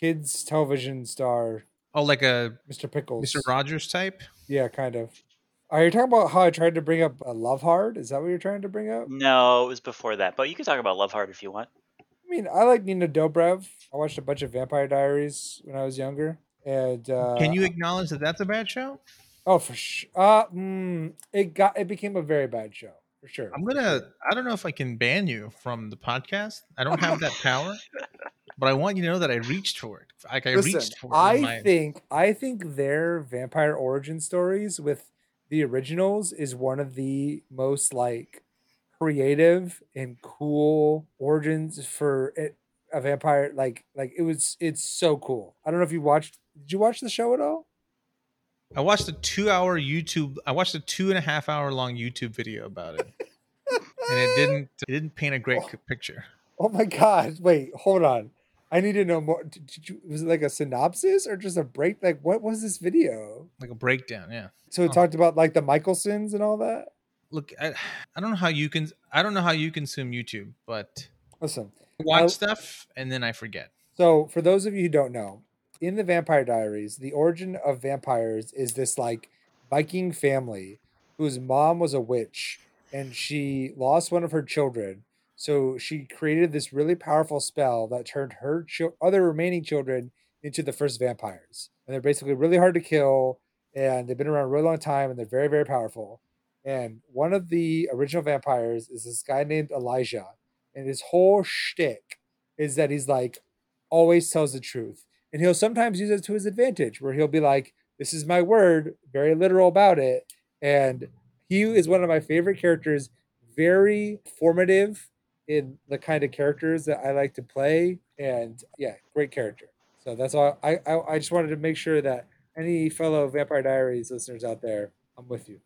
S3: kids television star,
S1: Oh, like a
S3: Mr. Pickles.
S1: Mr. Rogers type?
S3: Yeah, kind of. Are you talking about how I tried to bring up a Love Hard? Is that what you're trying to bring up?
S2: No, it was before that. But you can talk about Love Hard if you want.
S3: I mean, I like Nina Dobrev. I watched a bunch of Vampire Diaries when I was younger, and uh,
S1: Can you acknowledge that that's a bad show?
S3: Oh, for sure. Uh, mm, it got it became a very bad show for sure.
S1: I'm gonna. I don't know if I can ban you from the podcast. I don't have that power, but I want you to know that I reached for it. Like I
S3: Listen,
S1: reached for it. in
S3: I
S1: my-
S3: think I think their vampire origin stories with the originals is one of the most like creative and cool origins for a- a vampire. Like like it was it's so cool. I don't know if you watched. Did you watch the show at all?
S1: I watched a two-hour YouTube. I watched a two and a half hour-long YouTube video about it, and it didn't. It didn't paint a great c- picture.
S3: Oh my god! Wait, hold on. I need to know more. Did, did you, was it like a synopsis or just a break? Like what was this video?
S1: Like a breakdown. Yeah.
S3: So it
S1: Huh.
S3: talked about like the Michaelsons and all that.
S1: Look, I, I don't know how you can. I don't know how you consume YouTube, but
S3: Listen,
S1: I watch
S3: I-
S1: stuff and then I forget.
S3: So, for those of you who don't know, in the Vampire Diaries, the origin of vampires is this like Viking family whose mom was a witch and she lost one of her children. So, she created this really powerful spell that turned her chil- other remaining children into the first vampires. And they're basically really hard to kill and they've been around a really long time and they're very, very powerful. And one of the original vampires is this guy named Elijah. And his whole shtick is that he's like, always tells the truth. And he'll sometimes use it to his advantage, where he'll be like, This is my word, very literal about it. And he is one of my favorite characters, very formative in the kind of characters that I like to play. And yeah, great character. So that's all I, I, I just wanted to make sure that any fellow Vampire Diaries listeners out there, I'm with you.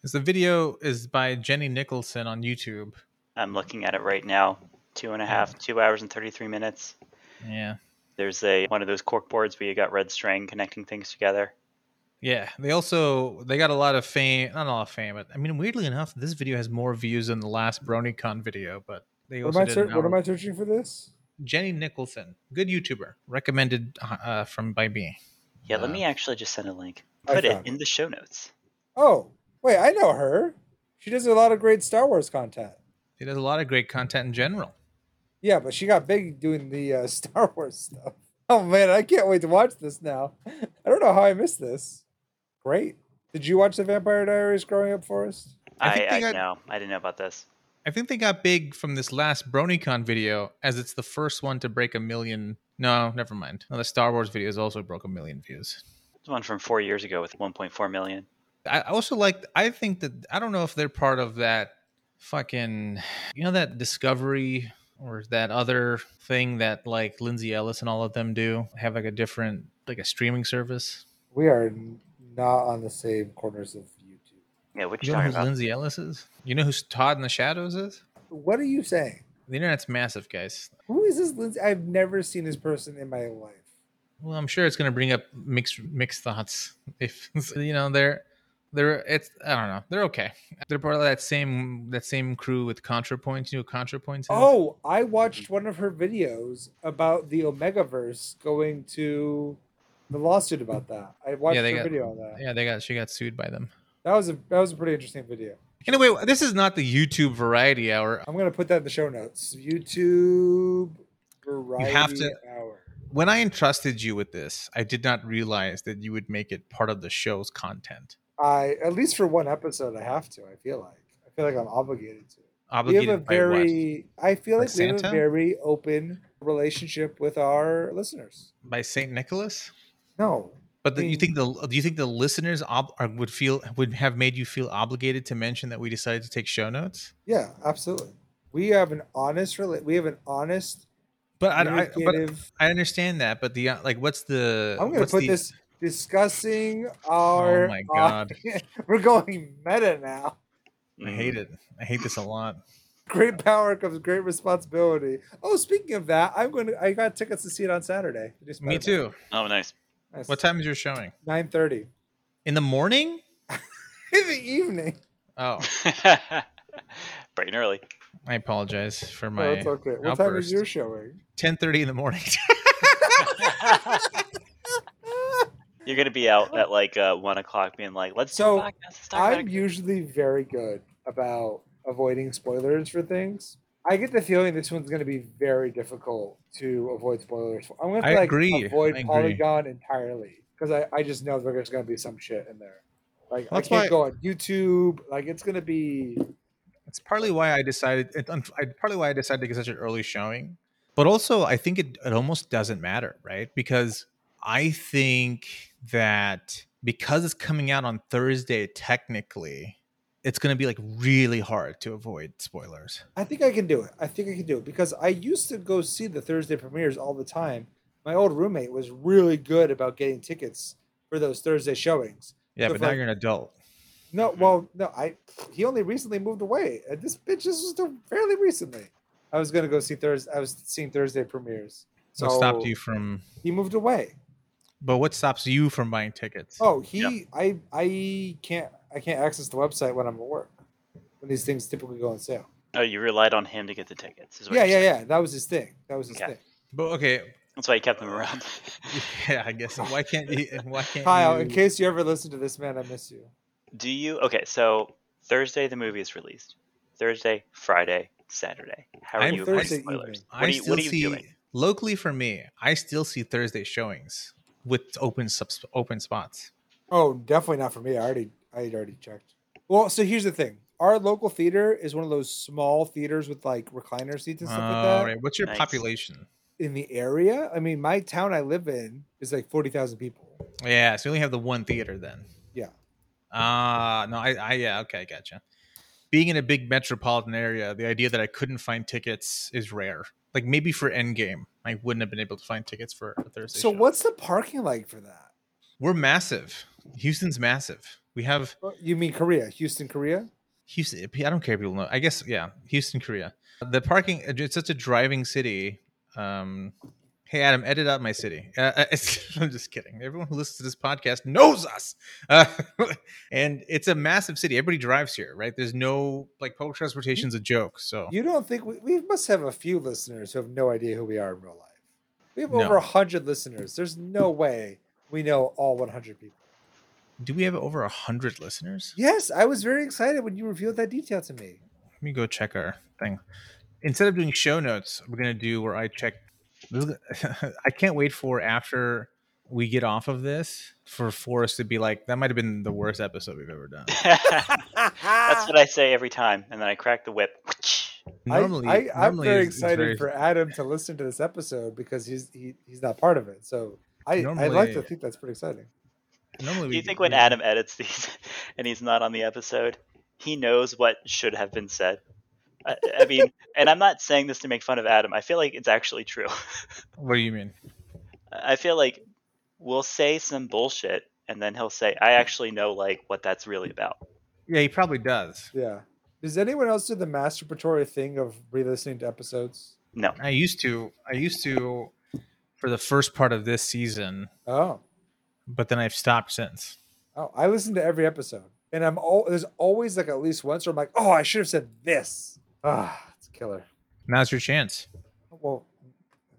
S1: Because the video is by Jenny Nicholson on YouTube.
S2: I'm looking at it right now. Two and a half, two hours and 33 minutes.
S1: Yeah.
S2: There's a one of those cork boards where you got red string connecting things together.
S1: Yeah, they also they got a lot of fame. Not a lot of fame, but I mean, weirdly enough, this video has more views than the last BronyCon video. But they
S3: What
S1: also
S3: am, I
S1: did
S3: ser-
S1: an
S3: what am
S1: hour-
S3: I searching for this?
S1: Jenny Nicholson, good YouTuber, recommended uh, uh, from by me.
S2: Yeah, let
S1: Uh,
S2: me actually just send a link.
S3: I
S2: Put it
S3: found
S2: in the show notes.
S3: Oh, wait, I know her. She does a lot of great Star Wars content.
S1: He does a lot of great content in general.
S3: Yeah, but she got big doing the uh, Star Wars stuff. Oh man, I can't wait to watch this now. I don't know how I missed this. Great. Did you watch The Vampire Diaries growing up, Forrest?
S1: I
S2: I,
S1: think
S2: I,
S1: they got-
S2: know. I didn't know about this.
S1: I think they got big from this last BronyCon video, as it's the first one to break a million. No, never mind. No, the Star Wars videos also broke a million views.
S2: It's one from four years ago with 1.4 million.
S1: I I also like. I think that I don't know if they're part of that fucking, you know, that Discovery or that other thing that like Lindsay Ellis and all of them do have like a different like a streaming service.
S3: We are n- not on the same corners of YouTube.
S2: Yeah, what you
S1: You know
S2: talking
S1: who
S2: about?
S1: Lindsay Ellis is? You know who Todd in the Shadows is?
S3: What are you saying?
S1: The internet's massive, guys.
S3: Who is this Lindsay? I've never seen this person in my life.
S1: Well, I'm sure it's going to bring up mixed mixed thoughts. If you know they're they're it's I don't know they're okay. They're part of that same that same crew with ContraPoints. You know who ContraPoints is?
S3: Oh, I watched one of her videos about the Omegaverse going to the lawsuit about that. I watched
S1: Yeah, they
S3: her
S1: got-
S3: video on that.
S1: yeah, they got she got sued by them.
S3: That was a that was a pretty interesting video.
S1: Anyway, this is not the YouTube variety hour.
S3: I'm gonna put that in the show notes. YouTube variety
S1: to-
S3: hour.
S1: When I entrusted you with this, I did not realize that you would make it part of the show's content.
S3: I at least for one episode, I have to. I feel like I feel like I'm obligated to. We
S1: Obligated
S3: have a
S1: by what?
S3: very I feel
S1: Like
S3: like we have a
S1: Santa?
S3: very open relationship with our listeners.
S1: by Saint Nicholas.
S3: No,
S1: But do you
S3: mean-
S1: think the do you think the listeners ob- are, would feel would have made you feel obligated to mention that we decided to take show notes?
S3: yeah, absolutely. We have an honest rela- We have an honest
S1: But I, I, but
S3: communicative.
S1: I understand that. But the uh, like, what's the?
S3: I'm gonna
S1: what's
S3: put
S1: the-
S3: this discussing
S1: Oh
S3: our.
S1: my god,
S3: we're going meta now.
S1: I hate it. I hate this a lot.
S3: Great power comes great responsibility. Oh, speaking of that, I'm going to. I got tickets to see it on Saturday. Just
S1: Me too.
S2: Oh, nice.
S1: What time is your showing?
S3: Nine thirty
S1: In the morning?
S3: in the evening.
S1: Oh,
S2: Bright and early.
S1: I apologize for
S3: oh,
S1: my
S3: it's okay. What time is
S1: outburst.
S3: your showing?
S1: ten thirty in the morning.
S2: You're gonna be out at like uh, one o'clock, being like, "Let's
S3: So,
S2: do a podcast. Let's talk about
S3: I'm
S2: it."
S3: usually very good about avoiding spoilers for things. I get the feeling this one's going to be very difficult to avoid spoilers. for. I'm going to
S1: I
S3: like
S1: agree.
S3: avoid
S1: I agree.
S3: Polygon entirely because I, I just know there's going to be some shit in there. Like
S1: That's
S3: I can't
S1: why-
S3: go on YouTube. Like it's going to be
S1: It's partly why I decided. It, un- I, partly why I decided to get such an early showing, but also I think it, it almost doesn't matter, right? Because I think that because it's coming out on Thursday, technically, it's going to be like really hard to avoid spoilers.
S3: I think I can do it. I think I can do it because I used to go see the Thursday premieres all the time. My old roommate was really good about getting tickets for those Thursday showings.
S1: Yeah,
S3: So
S1: but
S3: if
S1: now
S3: I-
S1: you're an adult.
S3: No,
S2: Mm-hmm.
S3: well, no, I he only recently moved away. And this bitch is just a- fairly recently. I was gonna go see Thursday. I was seeing Thursday premieres. So
S1: what stopped you from?
S3: He moved away.
S1: But what stops you from buying tickets?
S3: Oh, he. I. I can't. I can't access the website when I'm at work. When these things typically go on sale.
S2: Oh, you relied on him to get the tickets. Is what
S3: Yeah,
S2: you're
S3: yeah,
S2: saying.
S3: yeah. That was his thing. That was his
S2: Okay.
S3: thing.
S1: But okay,
S2: That's why you kept him around.
S1: yeah, I guess. Why can't you? Why can't
S3: Kyle,
S1: you-
S2: Mm.
S3: in case you ever listen to this, man, I miss you.
S2: do you? Okay, so Thursday the movie is released. Thursday, Friday, Saturday. How are
S1: I'm
S2: you? avoiding
S3: Thursday
S2: spoilers?
S3: evening.
S2: What are you? What are you doing?
S1: locally for me. I still see Thursday showings with open subs- open spots.
S3: Oh, definitely not for me. I already I had already checked. Well, so here's the thing. Our local theater is one of those small theaters with like recliner seats and stuff like that.
S1: All Oh, right, what's your
S2: Nice.
S1: population?
S3: In the area, I mean, my town I live in is like forty thousand people.
S1: Yeah, so you only have the one theater then.
S3: Yeah.
S1: Ah, no, I, I, yeah, okay, gotcha. Being in a big metropolitan area, the idea that I couldn't find tickets is rare. Like maybe for Endgame, I wouldn't have been able to find tickets for a Thursday.
S3: So
S1: show.
S3: what's the parking like for that?
S1: We're massive. Houston's massive. We have
S3: Well, You mean Korea, Houston, Korea?
S1: Houston. eh, I don't care if people know. I guess yeah, Houston, Korea. The parking. uh, It's such a driving city. Um, hey Adam, edit out my city. Uh, uh, it's, I'm just kidding. Everyone who listens to this podcast knows us, uh, and it's a massive city. Everybody drives here, right? There's no like public transportation's a joke. So
S3: You don't think we, we must have a few listeners who have no idea who we are in real life? We have
S1: No.
S3: over over hundred listeners. There's no way we know all one hundred people.
S1: Do we have over a hundred listeners?
S3: Yes, I was very excited when you revealed that detail to me.
S1: Let me go check our thing. Instead of doing show notes, we're gonna do where I check. I can't wait for after we get off of this for Forrest to be like, that might have been the worst episode we've ever done.
S2: That's what I say every time, and then I crack the whip.
S1: Normally,
S3: I, I,
S1: normally
S3: I'm very
S1: it's- it's
S3: excited
S1: very-
S3: for Adam to listen to this episode because he's he, he's not part of it. So I I like
S1: Normally-
S3: to think that's pretty exciting.
S1: Normally
S2: Do you
S1: we-
S2: think when
S1: we-
S2: Adam edits these and he's not on the episode, he knows what should have been said? I, I mean, and I'm not saying this to make fun of Adam. I feel like it's actually true.
S1: What do you mean?
S2: I feel like we'll say some bullshit and then he'll say, "I actually know like what that's really about."
S1: Yeah, he probably does.
S3: Yeah. Does anyone else do the masturbatory thing of re-listening to episodes?
S2: No.
S1: I used to. I used to for the first part of this season,
S3: Oh,
S1: but then I've stopped since.
S3: oh, I listen to every episode, and I'm all there's always like at least once where I'm like, oh, I should have said this. Ah, it's killer.
S1: Now's your chance.
S3: Well,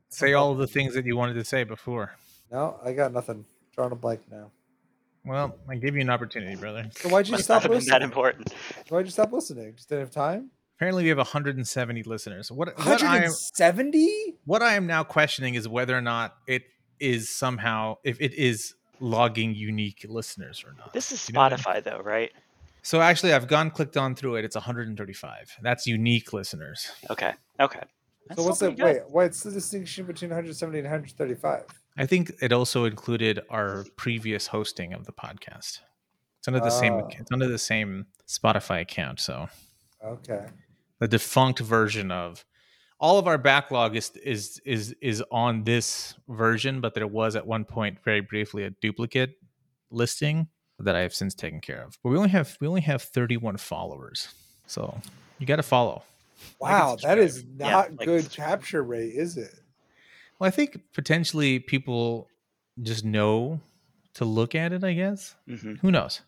S1: Say all of the things that you wanted to say before.
S3: no, I got nothing. Drawing a blank now.
S1: Well, I gave you an opportunity, brother.
S3: So why'd you
S2: Must
S3: stop
S2: not have been that
S3: listening?
S2: important.
S3: Why'd you stop listening? Just didn't have time.
S1: Apparently, we have 170 listeners. What, what I am
S3: 170.
S1: what I am now questioning is whether or not it is somehow if it is logging unique listeners or not.
S2: This is
S1: You know what I mean?
S2: Spotify though, right?
S1: So actually, I've gone clicked on through it. It's 135. That's unique listeners.
S2: Okay. Okay. That's
S3: So what's
S2: still
S3: the
S2: pretty good.
S3: wait? What's the distinction between 170 and 135?
S1: I think it also included our previous hosting of the podcast. It's under the same.
S3: Ah.
S1: It's under the same Spotify account. So
S3: Okay.
S1: the defunct version of all of our backlog is is is is on this version, but there was at one point very briefly a duplicate listing that I have since taken care of. But we only have we only have 31 followers. So you got to follow.
S3: Wow, that is
S2: Yeah,
S3: not
S2: like
S3: good
S2: subscribe.
S3: capture rate, is it?
S1: Well, I think potentially people just know to look at it, I guess.
S2: Mhm.
S1: Who knows?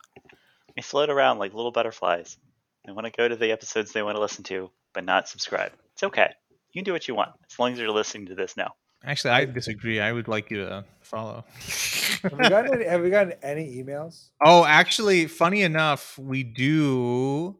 S2: They float around like little butterflies. They want to go to the episodes they want to listen to, but not subscribe. It's okay. You can do what you want as long as you're listening to this now.
S1: Actually, I disagree. I would like you to follow.
S3: Have we gotten any, have we gotten any emails?
S1: Oh, actually, funny enough, we do.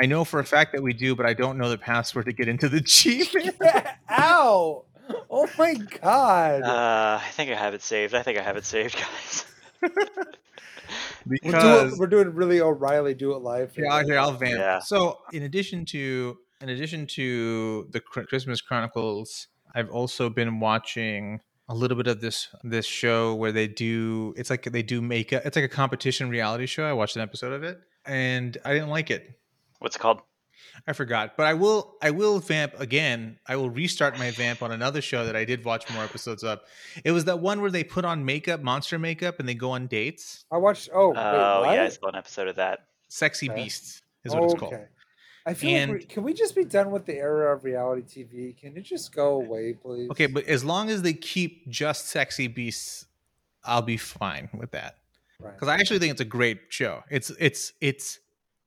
S1: I know for a fact that we do, but I don't know the password to get into the Gmail.
S3: Ow! Oh my god!
S2: Uh, I think I have it saved. I think I have it saved, guys.
S3: we're, doing,
S1: Because
S3: we're doing really O'Reilly do it live. here.
S1: yeah, okay, I'll vamp.
S2: Yeah.
S1: So, in addition to in addition to the Chri- Christmas Chronicles, I've also been watching a little bit of this this show where they do it's like they do makeup. It's like a competition reality show. I watched an episode of it, and I didn't like it.
S2: What's it called?
S1: I forgot, but I will. I will vamp again. I will restart my vamp on another show that I did watch more episodes of. It was that one where they put on makeup, monster makeup, and they go on dates.
S3: I watched. Oh,
S2: Oh,
S3: wait, what?
S2: yeah, I saw an episode of that.
S1: Sexy
S3: Okay.
S1: Beasts is what it's called.
S3: I feel like we,
S1: And-
S3: can we just be done with the era of reality TV? Can it just go away, please?
S1: Okay, but as long as they keep just Sexy Beasts, I'll be fine with that.
S3: Right.
S1: Because I actually think it's a great show. It's it's it's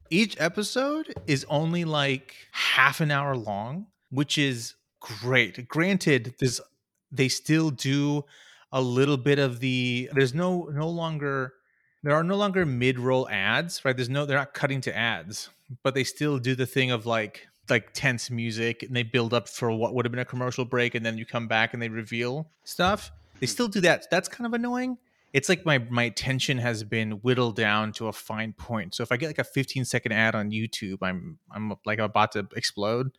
S1: each episode is only like half an hour long, which is great. Granted, there's they still do a little bit of the there's no no longer there are no longer mid-roll ads, right? There's no they're not cutting to ads, but they still do the thing of like like tense music and they build up for what would have been a commercial break and then you come back and they reveal stuff. They still do that. That's kind of annoying. It's like my my attention has been whittled down to a fine point. So if I get like a 15 second ad on YouTube, I'm I'm like about to explode.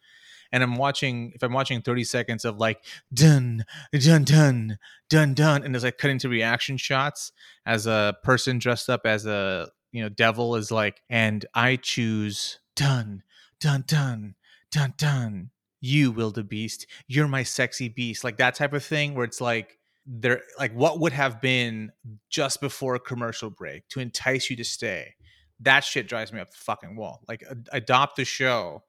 S1: And I'm watching if I'm watching 30 seconds of like dun dun dun dun dun and as I cut into reaction shots as a person dressed up as a you know devil is like and I choose dun dun dun dun dun you will the beast you're my sexy beast like that type of thing where it's like there like what would have been just before a commercial break to entice you to stay that shit drives me up the fucking wall like ad- adopt the show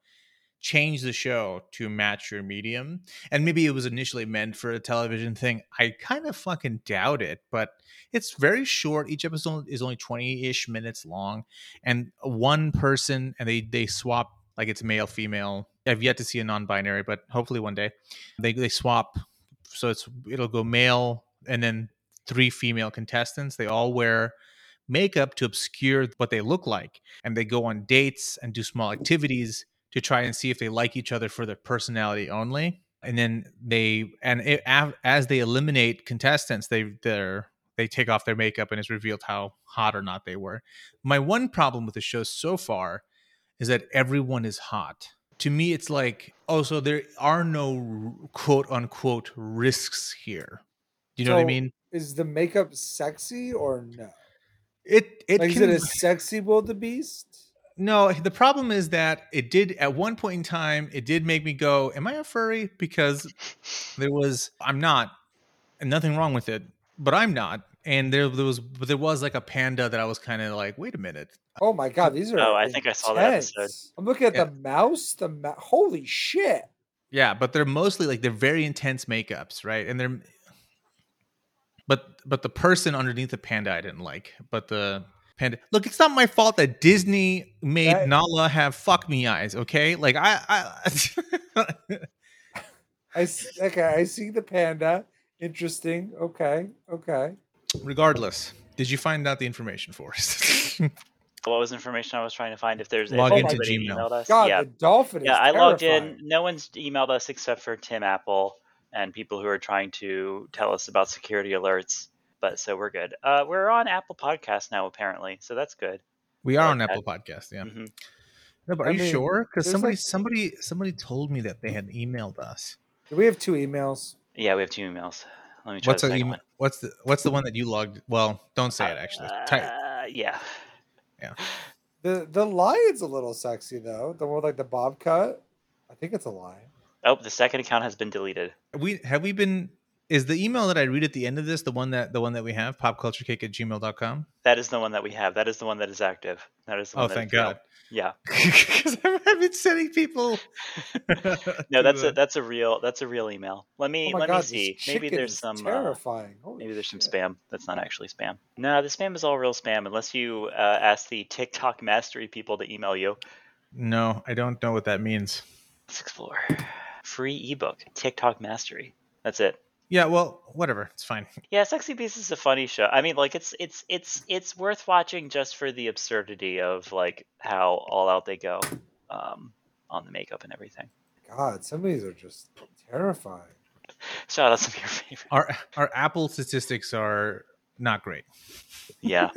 S1: change the show to match your medium and maybe it was initially meant for a television thing i kind of fucking doubt it but it's very short each episode is only 20-ish minutes long and one person and they they swap like it's male female i've yet to see a non-binary but hopefully one day they, they swap so it's it'll go male and then three female contestants they all wear makeup to obscure what they look like. And they go on dates and do small activities to try and see if they like each other for their personality only. And then they, and it, a- as they eliminate contestants, they, they're, they take off their makeup and it's revealed how hot or not they were. My one problem with the show so far is that everyone is hot. To me, it's like, oh, so there are no r- quote unquote risks here. Do you know what I
S3: So-
S1: mean?
S3: Is the makeup sexy or no?
S1: It it
S3: Like, is
S1: can
S3: it a sexy World the Beast?
S1: no. The problem is that it did at one point in time. It did make me go, "Am I a furry?" Because there was I'm not, and nothing wrong with it, but I'm not. And there, there was but there was like a panda that I was kind of like, "Wait a minute."
S3: Oh my god, these are.
S2: Oh, I think I saw that episode.
S3: intense. I'm looking at
S1: Yeah.
S3: the mouse. The ma- holy shit!
S1: Yeah, but they're mostly like they're very intense makeups, right? And they're but but the person underneath the panda I didn't like, but the panda look it's not my fault that disney made
S3: That-
S1: nala have fuck me eyes okay like i i
S3: I s- okay. I see the panda. Interesting. Okay. Okay.
S1: regardless did you find out the information for us
S2: What was the information I was trying to find? If there's
S1: Log
S2: if
S3: into
S2: anybody
S1: Gmail.
S2: emailed us?
S3: God,
S2: yeah,
S3: the dolphin.
S2: yeah.
S3: Is
S2: I logged in.
S3: terrifying.
S2: No one's emailed us except for Tim Apple and people who are trying to tell us about security alerts. But so we're good. Uh, we're on Apple Podcasts now, apparently, so that's good.
S1: we are
S2: like
S1: on
S2: that.
S1: apple podcast yeah
S2: Mhm.
S1: no, but are
S3: I
S1: you
S3: mean,
S1: sure because
S3: there's,
S1: somebody
S3: like-
S1: somebody somebody told me that they had emailed us
S3: Do we have two emails?
S2: Yeah, we have two emails. Let me try
S1: what's
S2: the
S1: the
S2: second
S1: email
S2: one.
S1: what's the what's the one that you logged well don't say it actually Ty-
S2: Uh, yeah.
S3: The the lion's a little sexy though. The one with like the bob cut. I think it's a lion.
S2: Oh, the second account has been deleted.
S1: we have we been is the email that i read at the end of this the one that the one that we have popculturecake at gmail.com
S2: That is the one that we have. That is the one that is active. That is the one
S1: oh
S2: that
S1: thank
S2: is real.
S1: god
S2: Yeah.
S1: because i've been sending people
S2: No, that's
S3: uh
S2: a that's a real that's a real email. Let me let me
S3: Oh this
S2: see. Maybe
S3: chicken
S2: there's
S3: is
S2: some uh,
S3: terrifying. Holy
S2: maybe there's some
S3: shit.
S2: spam. That's not actually spam. No, the spam is all real spam unless you uh, ask the TikTok mastery people to email you.
S1: no i don't know what that means
S2: Let's explore. Free ebook, TikTok mastery. That's it.
S1: yeah well whatever it's fine
S2: Yeah, Sexy Beast is a funny show. I mean, like it's it's it's it's worth watching just for the absurdity of like how all out they go um, on the makeup and everything.
S3: God, some of these are just terrifying.
S2: Shout out some of your favorite.
S1: our our apple statistics are not great
S2: Yeah,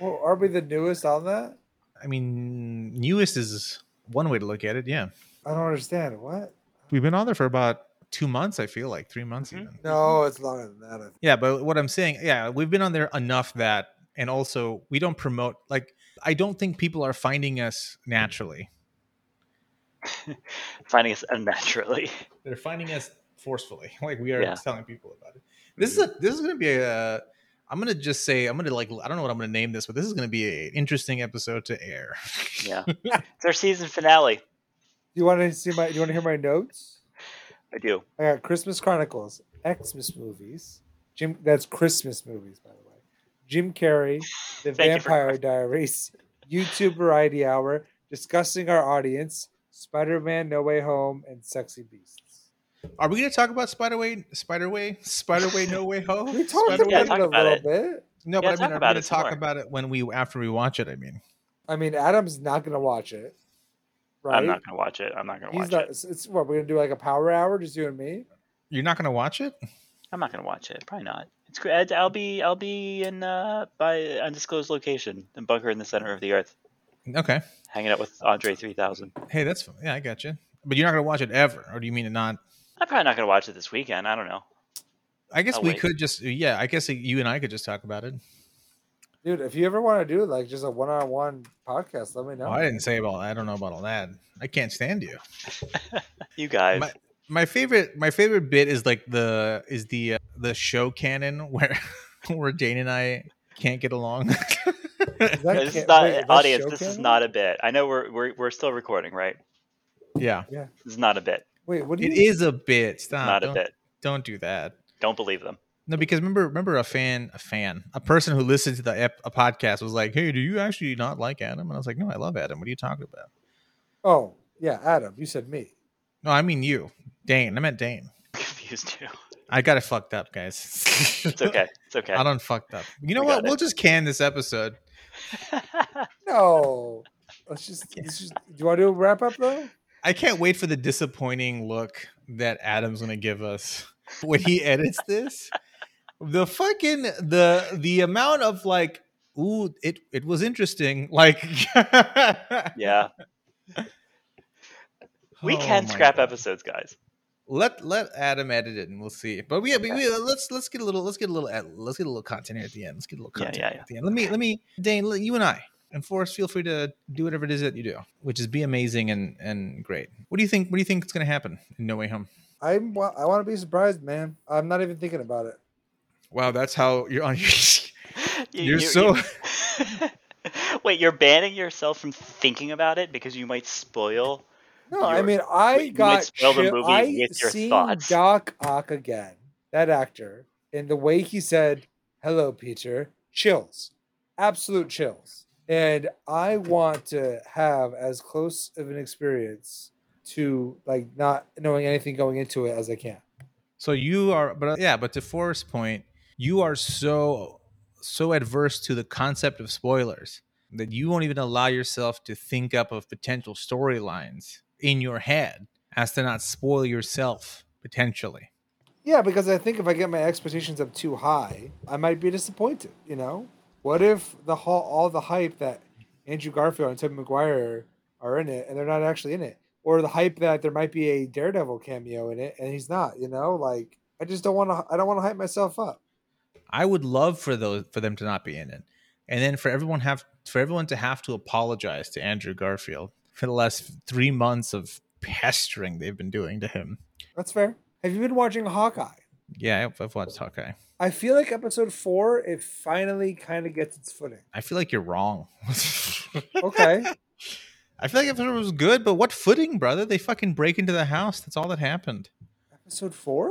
S3: Well, are we the newest on that?
S1: i mean newest is one way to look at it yeah
S3: I don't understand. What?
S1: we've been on there for about two months i feel like three months
S2: Mhm.
S1: even
S3: No, it's longer than that. I think.
S1: Yeah, but what I'm saying, yeah, we've been on there enough that, and also we don't promote. Like, I don't think people are finding us naturally.
S2: finding us unnaturally.
S1: They're finding us forcefully. Like we are
S2: Yeah.
S1: telling people about it. This is a. This is going to be a. I'm going to just say I'm going to like I don't know what I'm going to name this, but this is going to be an interesting episode to air.
S2: Yeah, it's our season finale.
S3: Do you want to see my? Do you want to hear my notes?
S2: I do.
S3: I got Christmas Chronicles, Xmas movies. Jim, that's Christmas movies, by the way. Jim Carrey, The
S2: Thank you for
S3: Vampire Diaries, YouTube Variety Hour, discussing our audience, Spider-Man: No Way Home, and Sexy Beasts.
S1: Are we going to talk about Spiderway? Spiderway? Spiderway? No way home.
S3: We talked
S1: Spiderway?
S3: about
S2: talk
S3: it a
S2: about
S3: little
S2: it.
S3: bit.
S1: No,
S2: Yeah,
S1: but I
S2: talk
S1: mean, are we
S2: about
S1: going to
S2: it some
S1: talk
S2: more.
S1: about it when we after we watch it? I mean,
S3: I mean, Adam's not gonna watch it, right?
S2: I'm not gonna watch it. I'm not gonna watch
S3: He's not.
S2: it.
S3: It's, it's what we're gonna do like a power hour, just you and me.
S1: you're not going to watch it.
S2: I'm not gonna watch it. Probably not. It's good. I'd- I'll be I'll be in uh, by undisclosed location, in bunker in the center of the earth,
S1: Okay.
S2: hanging out with Andre 3000.
S1: Hey, that's fine. Yeah, I got you. But you're not going to watch it ever, or do you mean it not?
S2: I'm probably not gonna watch it this weekend. I don't know.
S1: I guess
S2: I'll
S1: we
S2: wait.
S1: could just, yeah, I guess you and I could just talk about it.
S3: Dude, if you ever want to do like just a one-on-one podcast, let me know.
S1: Oh, I didn't say about. I don't know about all that. I can't stand you.
S2: You guys.
S1: My, my favorite, my favorite bit is like the is the uh, the show canon where where Jane and I can't get along.
S2: this
S3: Is that ca-
S2: is not
S3: wait, that's
S2: audience.
S3: show
S2: This is
S3: canon?
S2: not a bit. I know we're, we're we're still recording, right?
S1: yeah,
S2: This is not a bit.
S3: Wait, what do you?
S1: it is a bit.
S3: Uh,
S1: Stop.
S2: Not a
S1: don't,
S2: bit.
S1: Don't do that.
S2: Don't believe them.
S1: No, because remember, remember a fan, a fan, a person who listened to the ep- a podcast was like, "Hey, do you actually not like Adam?" And I was like, "No, I love Adam. What are you talking about?"
S3: Oh, yeah, Adam, you said me.
S1: No, I mean you, Dane. I meant Dane.
S2: I'm confused too.
S1: I got it fucked up, guys.
S2: It's okay. It's okay.
S1: I don't fucked up. You know
S2: We
S1: what?
S2: got it.
S1: We'll just can this episode.
S3: No. Let's just, let's just do you want to do a wrap up though?
S1: I can't wait for the disappointing look that Adam's gonna give us when he edits this. The fucking the the amount of like, ooh, it it was interesting. Like,
S2: yeah, we
S1: Oh
S2: can
S1: my
S2: scrap
S1: God.
S2: episodes, guys.
S1: Let let Adam edit it and we'll see. But we, we, we let's let's get a little let's get a little ed- let's get a little content here at the end. Let's get a little
S2: Yeah,
S1: content
S2: yeah,
S1: here
S2: yeah.
S1: at the end. Let me let me Dane, let- you and I and Forrest, feel free to do whatever it is that you do, which is be amazing and and great. What do you think? What do you think is going to happen in No Way Home?
S3: I'm wa- I want to be surprised, man. I'm not even thinking about it.
S1: Wow, that's how you're on.
S2: You-
S1: You're
S2: you-
S1: so-
S2: you- Wait, you're banning yourself from thinking about it because you might spoil.
S3: No, I
S2: You're-
S3: mean I
S2: wait, you might
S3: got
S2: spoil the
S3: chip-
S2: movie
S3: I
S2: with your
S3: seen
S2: thoughts.
S3: Doc Ock again, that actor, and the way he said "Hello, Peter," chills, absolute chills. And I want to have as close of an experience to like not knowing anything going into it as I can.
S1: so you are, but uh, yeah, but to Forrest's point, you are so so adverse to the concept of spoilers that you won't even allow yourself to think up of potential storylines in your head as to not spoil yourself potentially.
S3: Yeah, because I think if I get my expectations up too high, I might be disappointed. You know, what if the whole, all the hype that Andrew Garfield and Tobey Maguire are in it, and they're not actually in it, or the hype that there might be a Daredevil cameo in it, and he's not. You know, like I just don't want to. I don't want to hype myself up.
S1: I would love for those for them to not be in it, and then for everyone have for everyone to have to apologize to Andrew Garfield for the last three months of pestering they've been doing to him.
S3: That's fair. Have you been watching Hawkeye?
S1: Yeah, I've, I've watched Hawkeye.
S3: I feel like episode four, it finally kind of gets its footing.
S1: I feel like you're wrong.
S3: Okay.
S1: I feel like episode was good, but what footing, brother? They fucking break into the house. That's all that happened.
S3: episode four?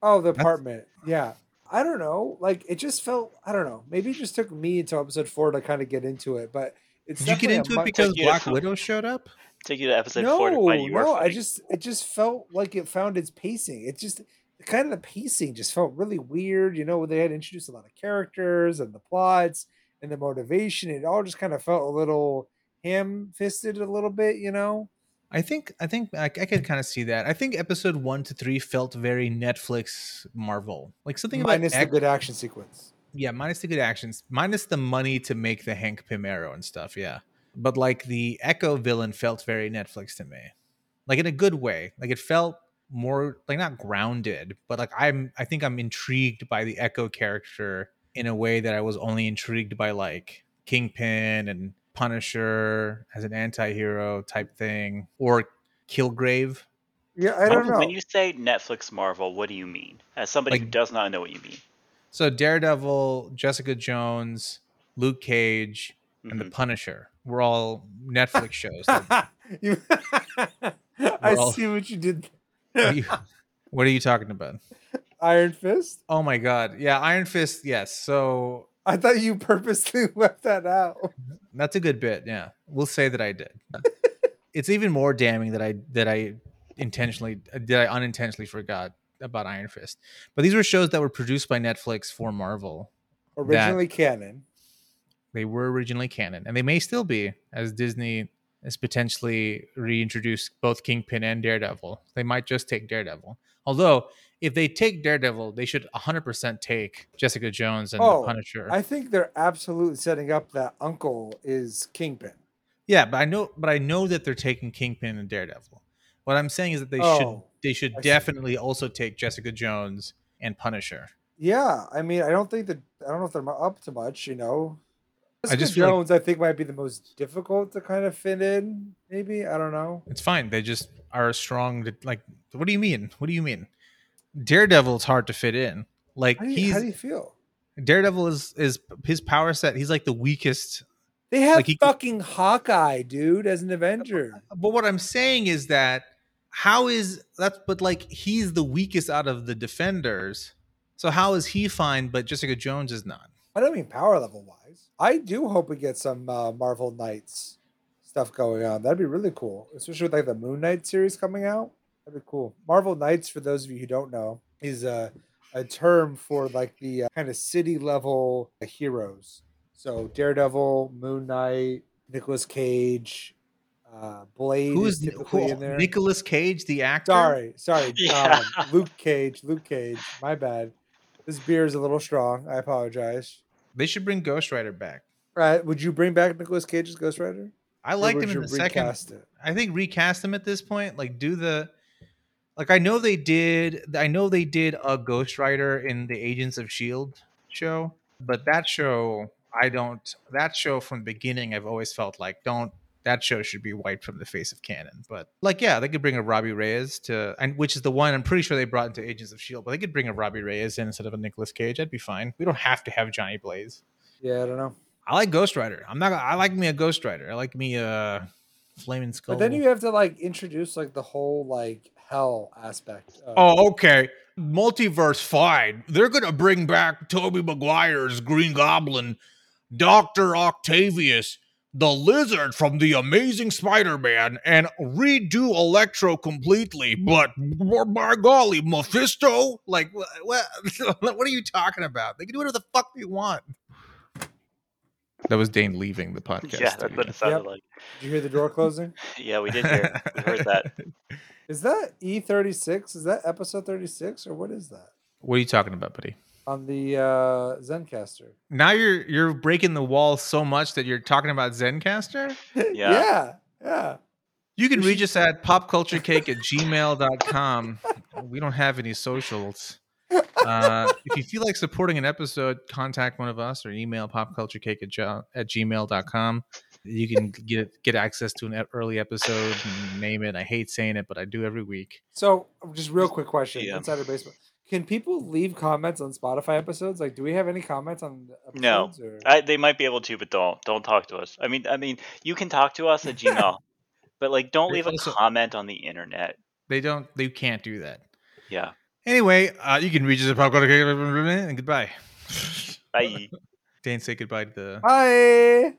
S3: Oh, the
S1: That's-
S3: apartment. Yeah. I don't know. Like it just felt I don't know. Maybe it just took me until episode four to kind of get into it. But it's
S1: Did you get
S3: definitely a
S1: into it
S3: much-
S1: because
S2: Took you to
S1: Black
S2: find-
S1: Widow showed up?
S2: Took you to episode
S3: no,
S2: four to find you were
S3: no, I
S2: footing.
S3: just it just felt like it found its pacing. It just kind of the pacing just felt really weird. You know, they had introduced a lot of characters and the plots and the motivation. It all just kind of felt a little ham fisted a little bit, you know?
S1: I think I think I, I could kind of see that. I think episode one to three felt very Netflix Marvel, like something about
S3: Minus the
S1: act-
S3: good action sequence.
S1: yeah, minus the good actions, minus the money to make the Hank Pym arrow and stuff. Yeah, but like the Echo villain felt very Netflix to me, like in a good way. Like it felt more like not grounded, but like I'm I think I'm intrigued by the Echo character in a way that I was only intrigued by like Kingpin and Punisher as an anti-hero type thing or Kilgrave.
S3: Yeah, I don't
S2: When-
S3: know.
S2: When you say Netflix Marvel, what do you mean? As somebody who
S1: Like-
S2: does not know what you mean.
S1: So Daredevil, Jessica Jones, Luke Cage, and
S2: Mm-hmm.
S1: the Punisher were all Netflix shows. that
S3: you, I
S1: Well-
S3: see what you did.
S1: What are you- what are you talking about?
S3: Iron Fist?
S1: Oh my god. Yeah, Iron Fist, yes. So
S3: I thought you purposely left that out.
S1: that's a good bit. Yeah. We'll say that I did. it's even more damning that I that I intentionally that I unintentionally forgot about Iron Fist. But these were shows that were produced by Netflix for Marvel.
S3: Originally canon.
S1: They were originally canon and they may still be as Disney has potentially reintroduced both Kingpin and Daredevil. They might just take Daredevil. Although if they take Daredevil, they should 100% take Jessica Jones and
S3: Oh,
S1: the Punisher.
S3: I think they're absolutely setting up that uncle is Kingpin.
S1: Yeah, but I know, but I know that they're taking Kingpin and Daredevil. What I'm saying is that they should
S3: Oh,
S1: they should
S3: I see.
S1: definitely also take Jessica Jones and Punisher.
S3: Yeah, I mean, I don't think that I don't know if they're mu- up to much, you know.
S1: I
S3: Jessica
S1: just feel like-
S3: Jones, I think, might be the most difficult to kind of fit in. Maybe I don't know.
S1: It's fine. They just are strong. To, like, what do you mean? What do you mean? Daredevil's hard to fit in. Like
S3: How do you,
S1: he's
S3: how do you feel?
S1: Daredevil is is his power set. He's like the weakest.
S3: They have
S1: Like he-
S3: fucking Hawkeye, dude, as an Avenger.
S1: But what I'm saying is that how is that's but like he's the weakest out of the defenders. So how is he fine but Jessica Jones is not?
S3: I don't mean power level wise. I do hope we get some uh, Marvel Knights stuff going on. That'd be really cool, especially with like the Moon Knight series coming out. That'd be cool. Marvel Knights, for those of you who don't know, is a a term for like the uh, kind of city level uh, heroes. So Daredevil, Moon Knight, Nicolas Cage, uh, Blade
S1: Who
S3: is
S1: is
S3: typically in there.
S1: Nicholas Cage, the actor?
S3: sorry, sorry,
S2: Yeah.
S3: um, Luke Cage, Luke Cage. My bad. This beer is a little strong. I apologize.
S1: They should bring Ghost Rider back.
S3: Right? Would you bring back Nicolas Cage's Ghost Rider?
S1: I
S3: Or
S1: liked
S3: would
S1: him in
S3: you
S1: the second
S3: recast it?
S1: I think recast them at this point. Like do the like I know they did I know they did a Ghost Rider in the Agents of Shield E show, but that show I don't that show from the beginning I've always felt like don't that show should be wiped from the face of canon. But like yeah, they could bring a Robbie Reyes to and which is the one I'm pretty sure they brought into Agents of Shield, E but they could bring a Robbie Reyes in instead of a Nicolas Cage. That'd be fine. We don't have to have Johnny Blaze.
S3: Yeah, I don't know.
S1: I like Ghost Rider. I'm not. gonna- I like me a Ghost Rider. I like me a Flaming Skull.
S3: But then you have to like introduce like the whole like hell aspect. Of,
S1: oh, okay. Multiverse, fine. They're gonna bring back Toby Maguire's Green Goblin, Doctor Octavius, the Lizard from the Amazing Spider-Man, and redo Electro completely. But by golly, Mephisto! Like, what? What are you talking about? They can do whatever the fuck they want. That was Dane leaving the podcast.
S2: yeah, that's what it sounded
S3: Yep.
S2: like.
S3: Did you hear the door closing?
S2: Yeah, we did hear. we heard that.
S3: Is that E thirty six? Is that episode thirty six or what is that
S1: What are you talking about, buddy?
S3: on the uh, ZenCaster?
S1: Now you're you're breaking the wall so much that you're talking about Zencaster?
S3: yeah, yeah.
S1: You can reach us at popculturecake at gmail.com. We don't have any socials. Uh, if you feel like supporting an episode, contact one of us or email popculturecake at, jo- at gmail.com. You can get get access to an e- early episode, name it. I hate saying it, but I do every week.
S3: So just real quick question:
S2: Yeah.
S3: Insider baseball. Can people leave comments on Spotify episodes? Like, do we have any comments on the
S2: No.
S3: episodes? Or?
S2: I, they might be able to, but don't don't talk to us. I mean, I mean, you can talk to us at Gmail, but like, don't
S1: They
S2: leave a
S1: also-
S2: comment on the internet.
S1: They don't they can't do that.
S2: Yeah,
S1: Anyway, uh, you can reach us at popculturecake and goodbye.
S2: bye.
S1: Dan, say goodbye to the
S3: Hi.